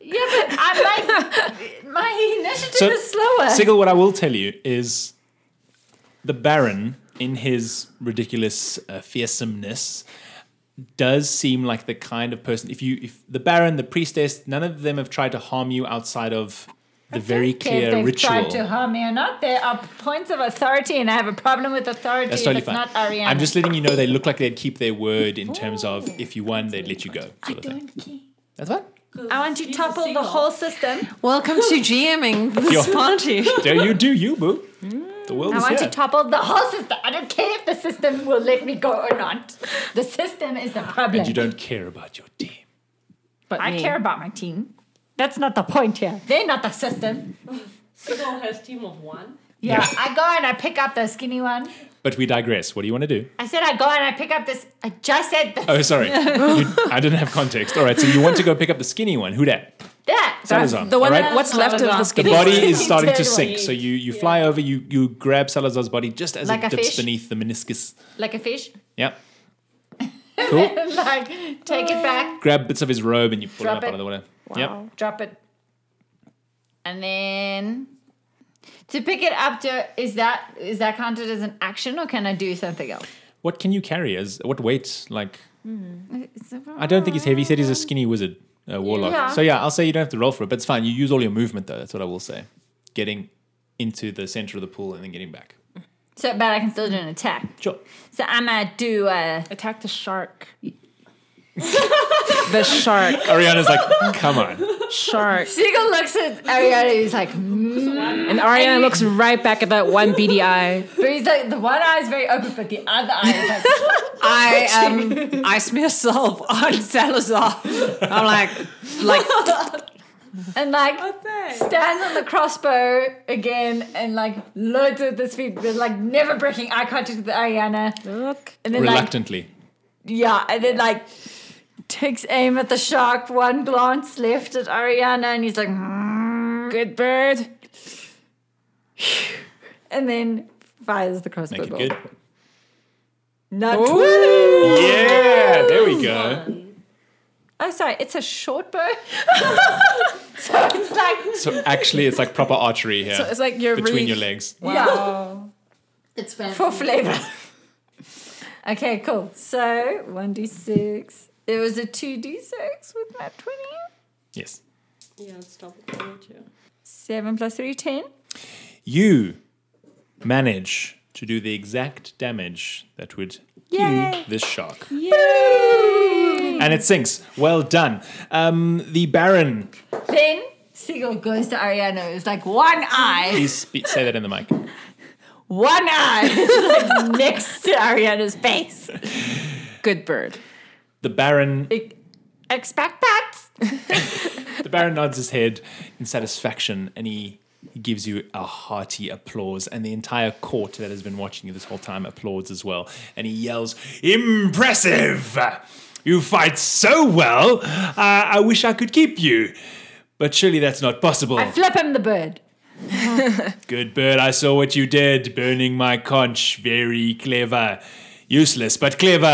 D: Yeah, but I, my, my initiative
C: So-
D: is slower.
C: Sigil, what I will tell you is the Baron in his ridiculous uh, fearsomeness, does seem like the kind of person. If you, if the Baron, the priestess, none of them have tried to harm you outside of the very
D: if
C: clear
D: they've
C: ritual.
D: tried to harm me or not. There are points of authority, and I have a problem with authority.
C: That's totally fine.
D: but not Ariana. Oh.
C: I'm just letting you know they look like they'd keep their word in terms of if you won, they'd let you go. Sort of thing. That's fine.
D: I want to topple the whole system.
B: Welcome to GMing
C: Yo.
B: this party.
C: Do you do you, boo? The world
D: I
C: is
D: want
C: here.
D: to topple the whole system. I don't care if the system will let me go or not. The system is the problem.
C: and you don't care about your team.
F: But
D: I
F: me.
D: care about my team. That's not the point here. They're not the system.
G: Sigil has team of one.
D: Yeah, I go and I pick up the skinny one.
C: But we digress. What do you want to do?
D: I said I go and I pick up this. I just said this.
C: Oh, sorry. You- I didn't have context. All right, so you want to go pick up the skinny one. Who dat?
D: that.
C: Salazar.
B: The one
C: all right?
B: that, what's left of the
C: the
B: skin.
C: body is starting to
D: Dead
C: sink.
D: weight.
C: So you, you fly over, you, you grab Salazar's body just as
D: Like
C: it
D: a
C: dips
D: fish?
C: beneath the meniscus.
D: Like a fish.
C: Yeah. Cool.
D: like, take it back,
C: grab bits of his robe and you pull
D: Drop
C: him up
D: it.
C: out of the water. Yep.
D: drop it. And then to pick it up to is that is that counted as an action or can I do something else?
C: What can you carry? As what weight? Like I don't think he's heavy. He said he's a skinny wizard, uh, warlock.
D: Um, Yeah.
C: So yeah, I'll say you don't have to roll for it, but it's fine. You use all your movement though. That's what I will say. Getting into the center of the pool and then getting back.
D: So but I can still do an attack.
C: Sure.
D: So I'm gonna do a
F: Attack the shark. the shark.
C: Ariana's like, come on.
F: Shark.
D: Seagull looks at Ariana he's like "Mm."
F: And Ariana looks right back at that one beady eye.
D: but he's like the one eye is very open but the other eye is
B: I
D: like
B: um, I smear salve on Salazar. I'm like, like
D: and like stands on the crossbow again and like loads at the speed but like never breaking eye contact with Ariana.
F: Look.
D: And then like
C: Reluctantly.
D: Yeah, and then like takes aim at the shark, one glance left at Ariana, and he's like, "Mm,"
F: Good bird.
D: and then fires the crossbow.
C: Make it
D: bolt.
C: good.
D: Not
C: Yeah, there we go.
D: Oh, sorry, it's a short bow. so it's like
C: So actually, it's like proper archery here.
F: It's like you're
C: between
F: really
C: your legs.
D: it's for flavor. okay, cool. So one d six. It was a two d six with my twenty.
C: Yes.
G: Yeah, it's double damage. Yeah.
D: Seven plus three, ten.
C: You manage to do the exact damage that would kill this shark. And it sinks. Well done. Um, the Baron.
D: Then Seagull goes to Ariana. It's like one eye.
C: Please spe- say that in the mic.
D: one eye like, next to Ariana's face.
F: good bird.
C: The Baron.
D: E, Expect that.
C: The Baron nods his head in satisfaction, and he gives you a hearty applause. And the entire court that has been watching you this whole time applauds as well. And he yells, "Impressive! You fight so well. Uh, I wish I could keep you." But surely that's not possible.
D: Flip him the bird.
C: Good bird, I saw what you did, burning my conch. Very clever. Useless, but clever.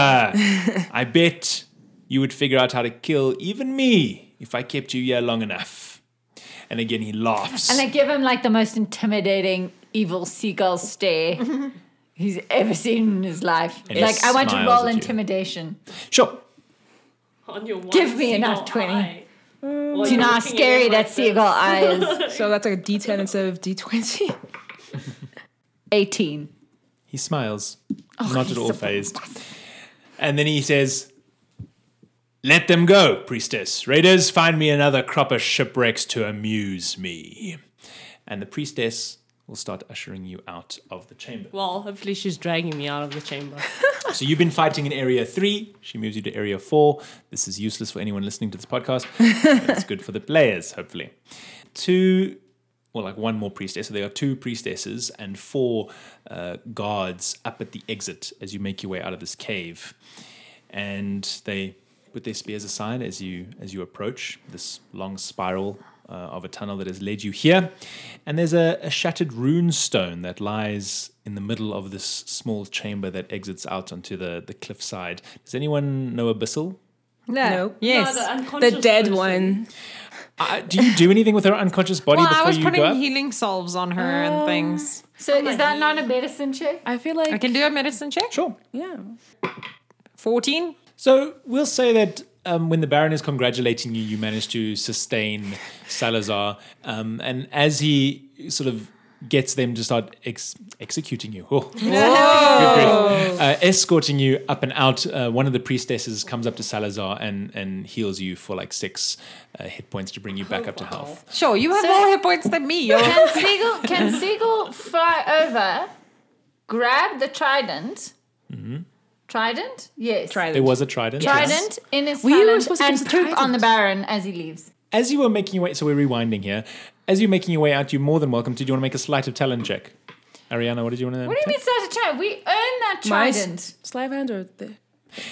C: I bet you would figure out how to kill even me if I kept you here long enough. And again, he laughs.
D: And I give him like the most intimidating evil seagull stare he's ever seen in his life.
C: And he
D: like I want to
C: smiles
D: roll
C: at you.
D: intimidation.
C: sure.
G: On your one
D: Give me
G: single
D: enough 20.
G: eye.
F: Mm.
G: Well,
D: Do you
G: you're
D: know
G: looking
D: how
G: at
D: scary
G: him like
D: that
G: this.
D: seagull eye is?
F: So that's like a D10 instead of D20.
D: Eighteen.
C: He smiles, not at all phased. And then he says, Let them go, priestess. Raiders, find me another crop of shipwrecks to amuse me. And the priestess will start ushering you out of the chamber.
G: Well, hopefully she's dragging me out of the chamber.
C: So you've been fighting in area three. She moves you to area four. This is useless for anyone listening to this podcast. but it's good for the players, hopefully. Two, well, like one more priestess. So there are two priestesses and four uh, guards up at the exit as you make your way out of this cave, and they put their spears aside as you as you approach this long spiral. Uh, of a tunnel that has led you here. And there's a, a shattered rune stone that lies in the middle of this small chamber that exits out onto the, the cliffside. Does anyone know Abyssal?
B: no,
F: Nope.
B: yes,
G: No, the
F: The
G: unconscious
F: dead
G: person.
F: one.
C: Uh, do you do anything with her unconscious body
B: Well,
C: before
B: I was
C: you go
B: putting
C: up?
B: healing salves on her
D: Uh,
B: and things.
D: So is that not a medicine check?
F: I feel like
B: I can do a medicine check.
C: sure.
F: yeah.
B: 14.
C: So we'll say that um, when the Baron is congratulating you, you managed to sustain Salazar, um, and as he sort of gets them to start ex- executing you, oh, good grief. uh, escorting you up and out, uh, one of the priestesses comes up to Salazar and and heals you for like six uh, hit points to bring you
D: Oh,
C: back up to health.
B: Sure, you have
D: So-
B: more hit points than me. You're
D: Can Siegel can Siegel fly over, grab the trident?
C: Mm-hmm.
D: Trident? Yes. Trident.
C: There was a trident. yes.
D: in his
F: were
D: hand
F: supposed to
D: and
F: use the
D: poop on
F: trident.
D: the Baron as he leaves.
C: As you were making your way, so we're rewinding here. As you're making your way out, you're more than welcome. to. Do you want to make a sleight of talent check? Ariana, what did you want to?
D: What do you mean start a trident? We earn that
F: My s-
D: trident.
F: Slive hand or the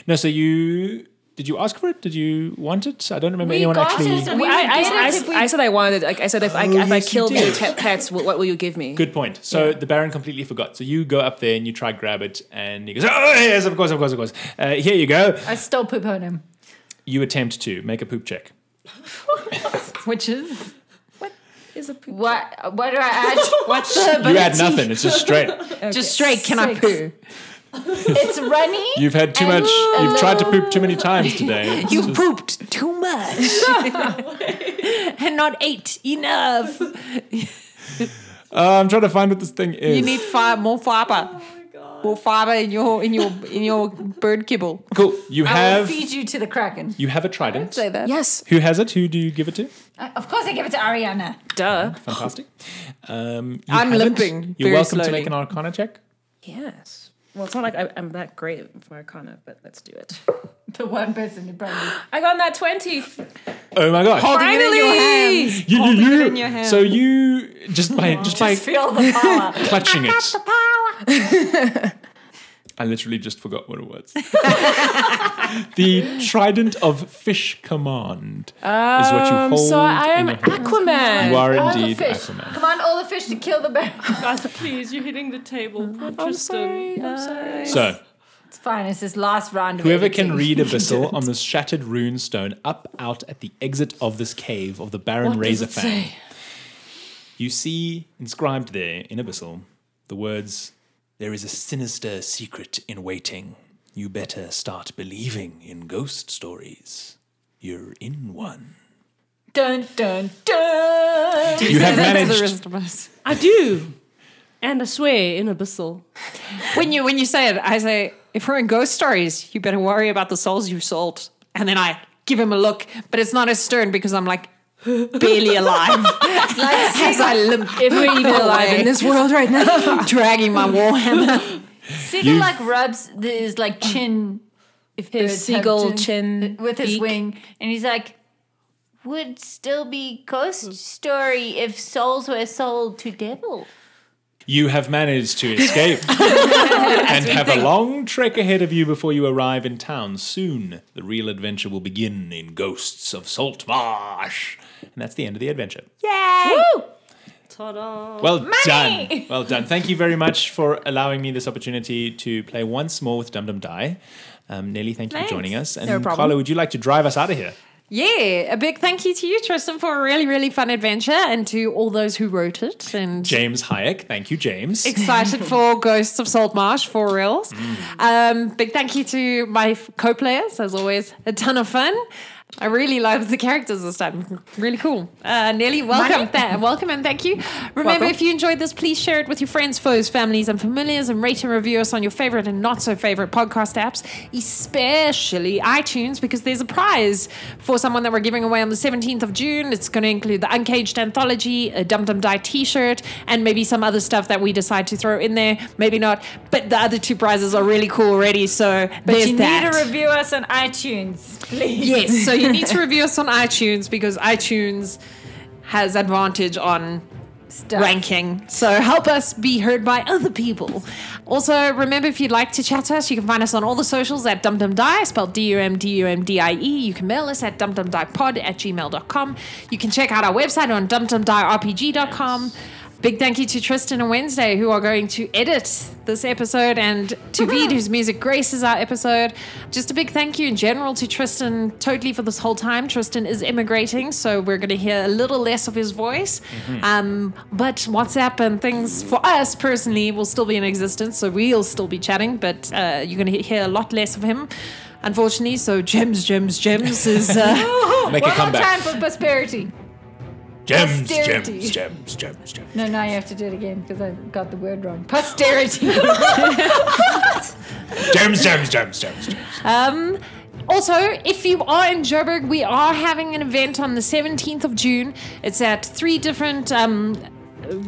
C: No, so you did you ask for it? Did you want it? I don't remember
D: We
C: anyone
D: got
C: actually.
D: it. We
F: I, I,
D: would get it
F: I,
D: if we
F: I said I wanted. Like I said, if I, if I
C: yes, you
F: kill
C: did.
F: your te- pets, what, what will you give me?
C: Good point. So the Baron completely forgot. So you go up there and you try grab it, and he goes, "Oh yes, of course, of course, of course. Uh, here you go."
D: I stole poop on him.
C: You attempt to make a poop check.
B: Which is
F: Is a poop.
D: What what do I add?
B: what's the
C: You had nothing. It's just straight.
B: Just straight, can I poo?
D: it's runny.
C: You've had too much. You've tried to poop too many times today. It's
B: You
C: just-
B: pooped too much. and not ate enough.
C: Uh, I'm trying to find what this thing is.
B: You need fi- more fiber. More fiber in your in your in your bird kibble.
C: cool. You
D: I will
C: have
D: feed you to the kraken.
C: you have a trident.
B: Say that.
F: Yes.
C: Who has it? Who do you give it to?
D: Uh, of course, I give it to Ariana.
F: Duh.
C: Fantastic. Um, you
B: I'm
C: have it.
B: limping
C: You're
B: very
C: welcome to
B: slowly.
C: make an Arcana check.
F: Yes. Well, it's not like I, I'm that great for Arcana, but let's do it.
D: The one person who probably
F: I got that 20.
C: Oh my god!
B: Holding it in your hands.
C: you, you,
B: Holding
C: you.
B: it in your hand.
C: So you just by just by
D: feel the power.
C: clutching it. I literally just forgot what it was. the Trident of Fish Command is what you hold.
F: So I
C: in
F: am
C: your hand.
F: Aquaman.
C: You are
D: all
C: indeed
D: the fish.
C: Aquaman.
D: Command all the fish to kill the bear.
G: Guys, please, you're hitting the table. Poor
F: I'm
G: Tristan.
F: sorry. I'm sorry.
C: So
D: It's fine. It's his last round. Of
C: whoever
D: editing.
C: can read Abyssal on this shattered rune stone up out at the exit of this cave of the Baron Razorfang. You see inscribed there in Abyssal the words, There is a sinister secret in waiting. You better start believing in ghost stories. You're in one.
D: Dun dun dun.
C: You have
B: The
C: managed.
B: rest of us.
G: I do. And I swear in Abyssal.
B: When you when you say it, I say, if we're in ghost stories, you better worry about the souls you sold. And then I give him a look, but it's not as stern because I'm like barely alive. as I limp if we're even alive in this world right now. dragging my warhammer.
D: Seagull
C: You-
D: like rubs his like chin. If
F: His
D: birds have
F: seagull
D: chins,
F: chin
D: with his
F: beak.
D: wing, and he's like, "Would still be
F: Hmm.
D: ghost story if souls were sold to devil."
C: You have managed to escape and have a long trek ahead of you before you arrive in town. Soon, the real adventure will begin in Ghosts of Saltmarsh. And that's the end of the adventure.
G: Ta-da.
C: Well done. Well done. Thank you very much for allowing me this opportunity to play once more with Dum Dum Die. Um, Nelly, thank you for joining us. And Carla, would you like to drive us out of here?
B: Yeah, a big thank you to you, Tristan, for a really, really fun adventure and to all those who wrote it. And
C: James Hayek. Thank you, James.
B: excited for Ghosts of Salt Marsh for reals. Um, big thank you to my f- co-players, as always, a ton of fun. I really loved the characters this time. Really cool. Uh, Nelly, welcome. Th- welcome and thank you. Remember, if you enjoyed this, please share it with your friends, foes, families, and familiars, and rate and review us on your favorite and not so favorite podcast apps, especially iTunes, because there's a prize for someone that we're giving away on the 17th of June. It's going to include the Uncaged Anthology, a Dum Dum Die t shirt, and maybe some other stuff that we decide to throw in there. Maybe not. But the other two prizes are really cool already. So there's
D: you
B: that.
D: need to review us on iTunes, please.
B: yes. so you need to review us on iTunes because iTunes has advantage on
D: Stuff.
B: ranking. So help us be heard by other people. Also, remember if you'd like to chat to us, you can find us on all the socials at dumdumdie, spelled D-U-M-D-U-M-D-I-E. E. You can mail us at dumdumdiepod at gmail.com. You can check out our website on dumdumdierpg.com. Big thank you to Tristan and Wednesday, who are going to edit this episode, and to Veed, whose music graces our episode. Just a big thank you in general to Tristan, totally for this whole time. Tristan is immigrating, so we're going to hear a little less of his voice. Um, but WhatsApp and things for us personally will still be in existence, so we'll still be chatting, but uh, you're going to hear a lot less of him. Unfortunately, so gems, gems, gems is uh,
C: Make a
D: Oh, One more
C: comeback.
D: time for prosperity.
C: Gems, gems,
D: Posterity.
C: gems, gems, gems, gems.
D: No, now you have to do it again because I got the word wrong. Posterity.
C: Gems, gems, gems, gems, gems.
B: Um, also, if you are in Joburg, we are having an event on the 17th of June. It's at three different um,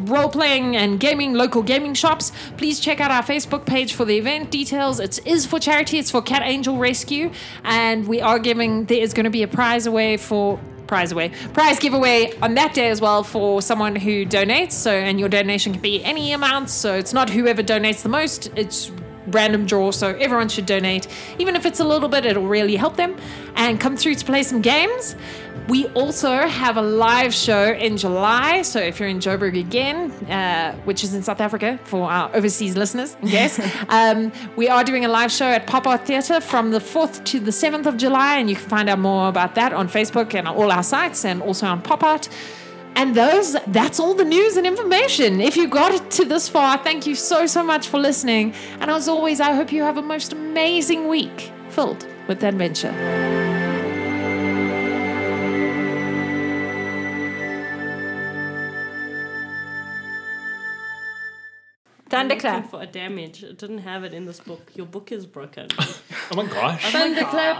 B: role playing and gaming, local gaming shops. Please check out our Facebook page for the event details. It is for charity, it's for Cat Angel Rescue. And we are giving, there is going to be a prize away for. Prize away, prize giveaway on that day as well for someone who donates. So, and your donation can be any amount. So it's not whoever donates the most. It's random draw, so everyone should donate. Even if it's a little bit, it'll really help them. And come through to play some games. We also have a live show in July, so if you're in Joburg again, uh, which is in South Africa for our overseas listeners, yes, um, we are doing a live show at Pop Art Theatre from the 4th to the 7th of July, and you can find out more about that on Facebook and on all our sites and also on Pop Art. And those, that's all the news and information. If you got it to this far, thank you so, so much for listening. And as always, I hope you have a most amazing week filled with adventure.
D: Thunderclap.
G: Looking For a damage, it didn't have it in this book. Your book is broken.
C: Oh my gosh.
G: Thunderclap.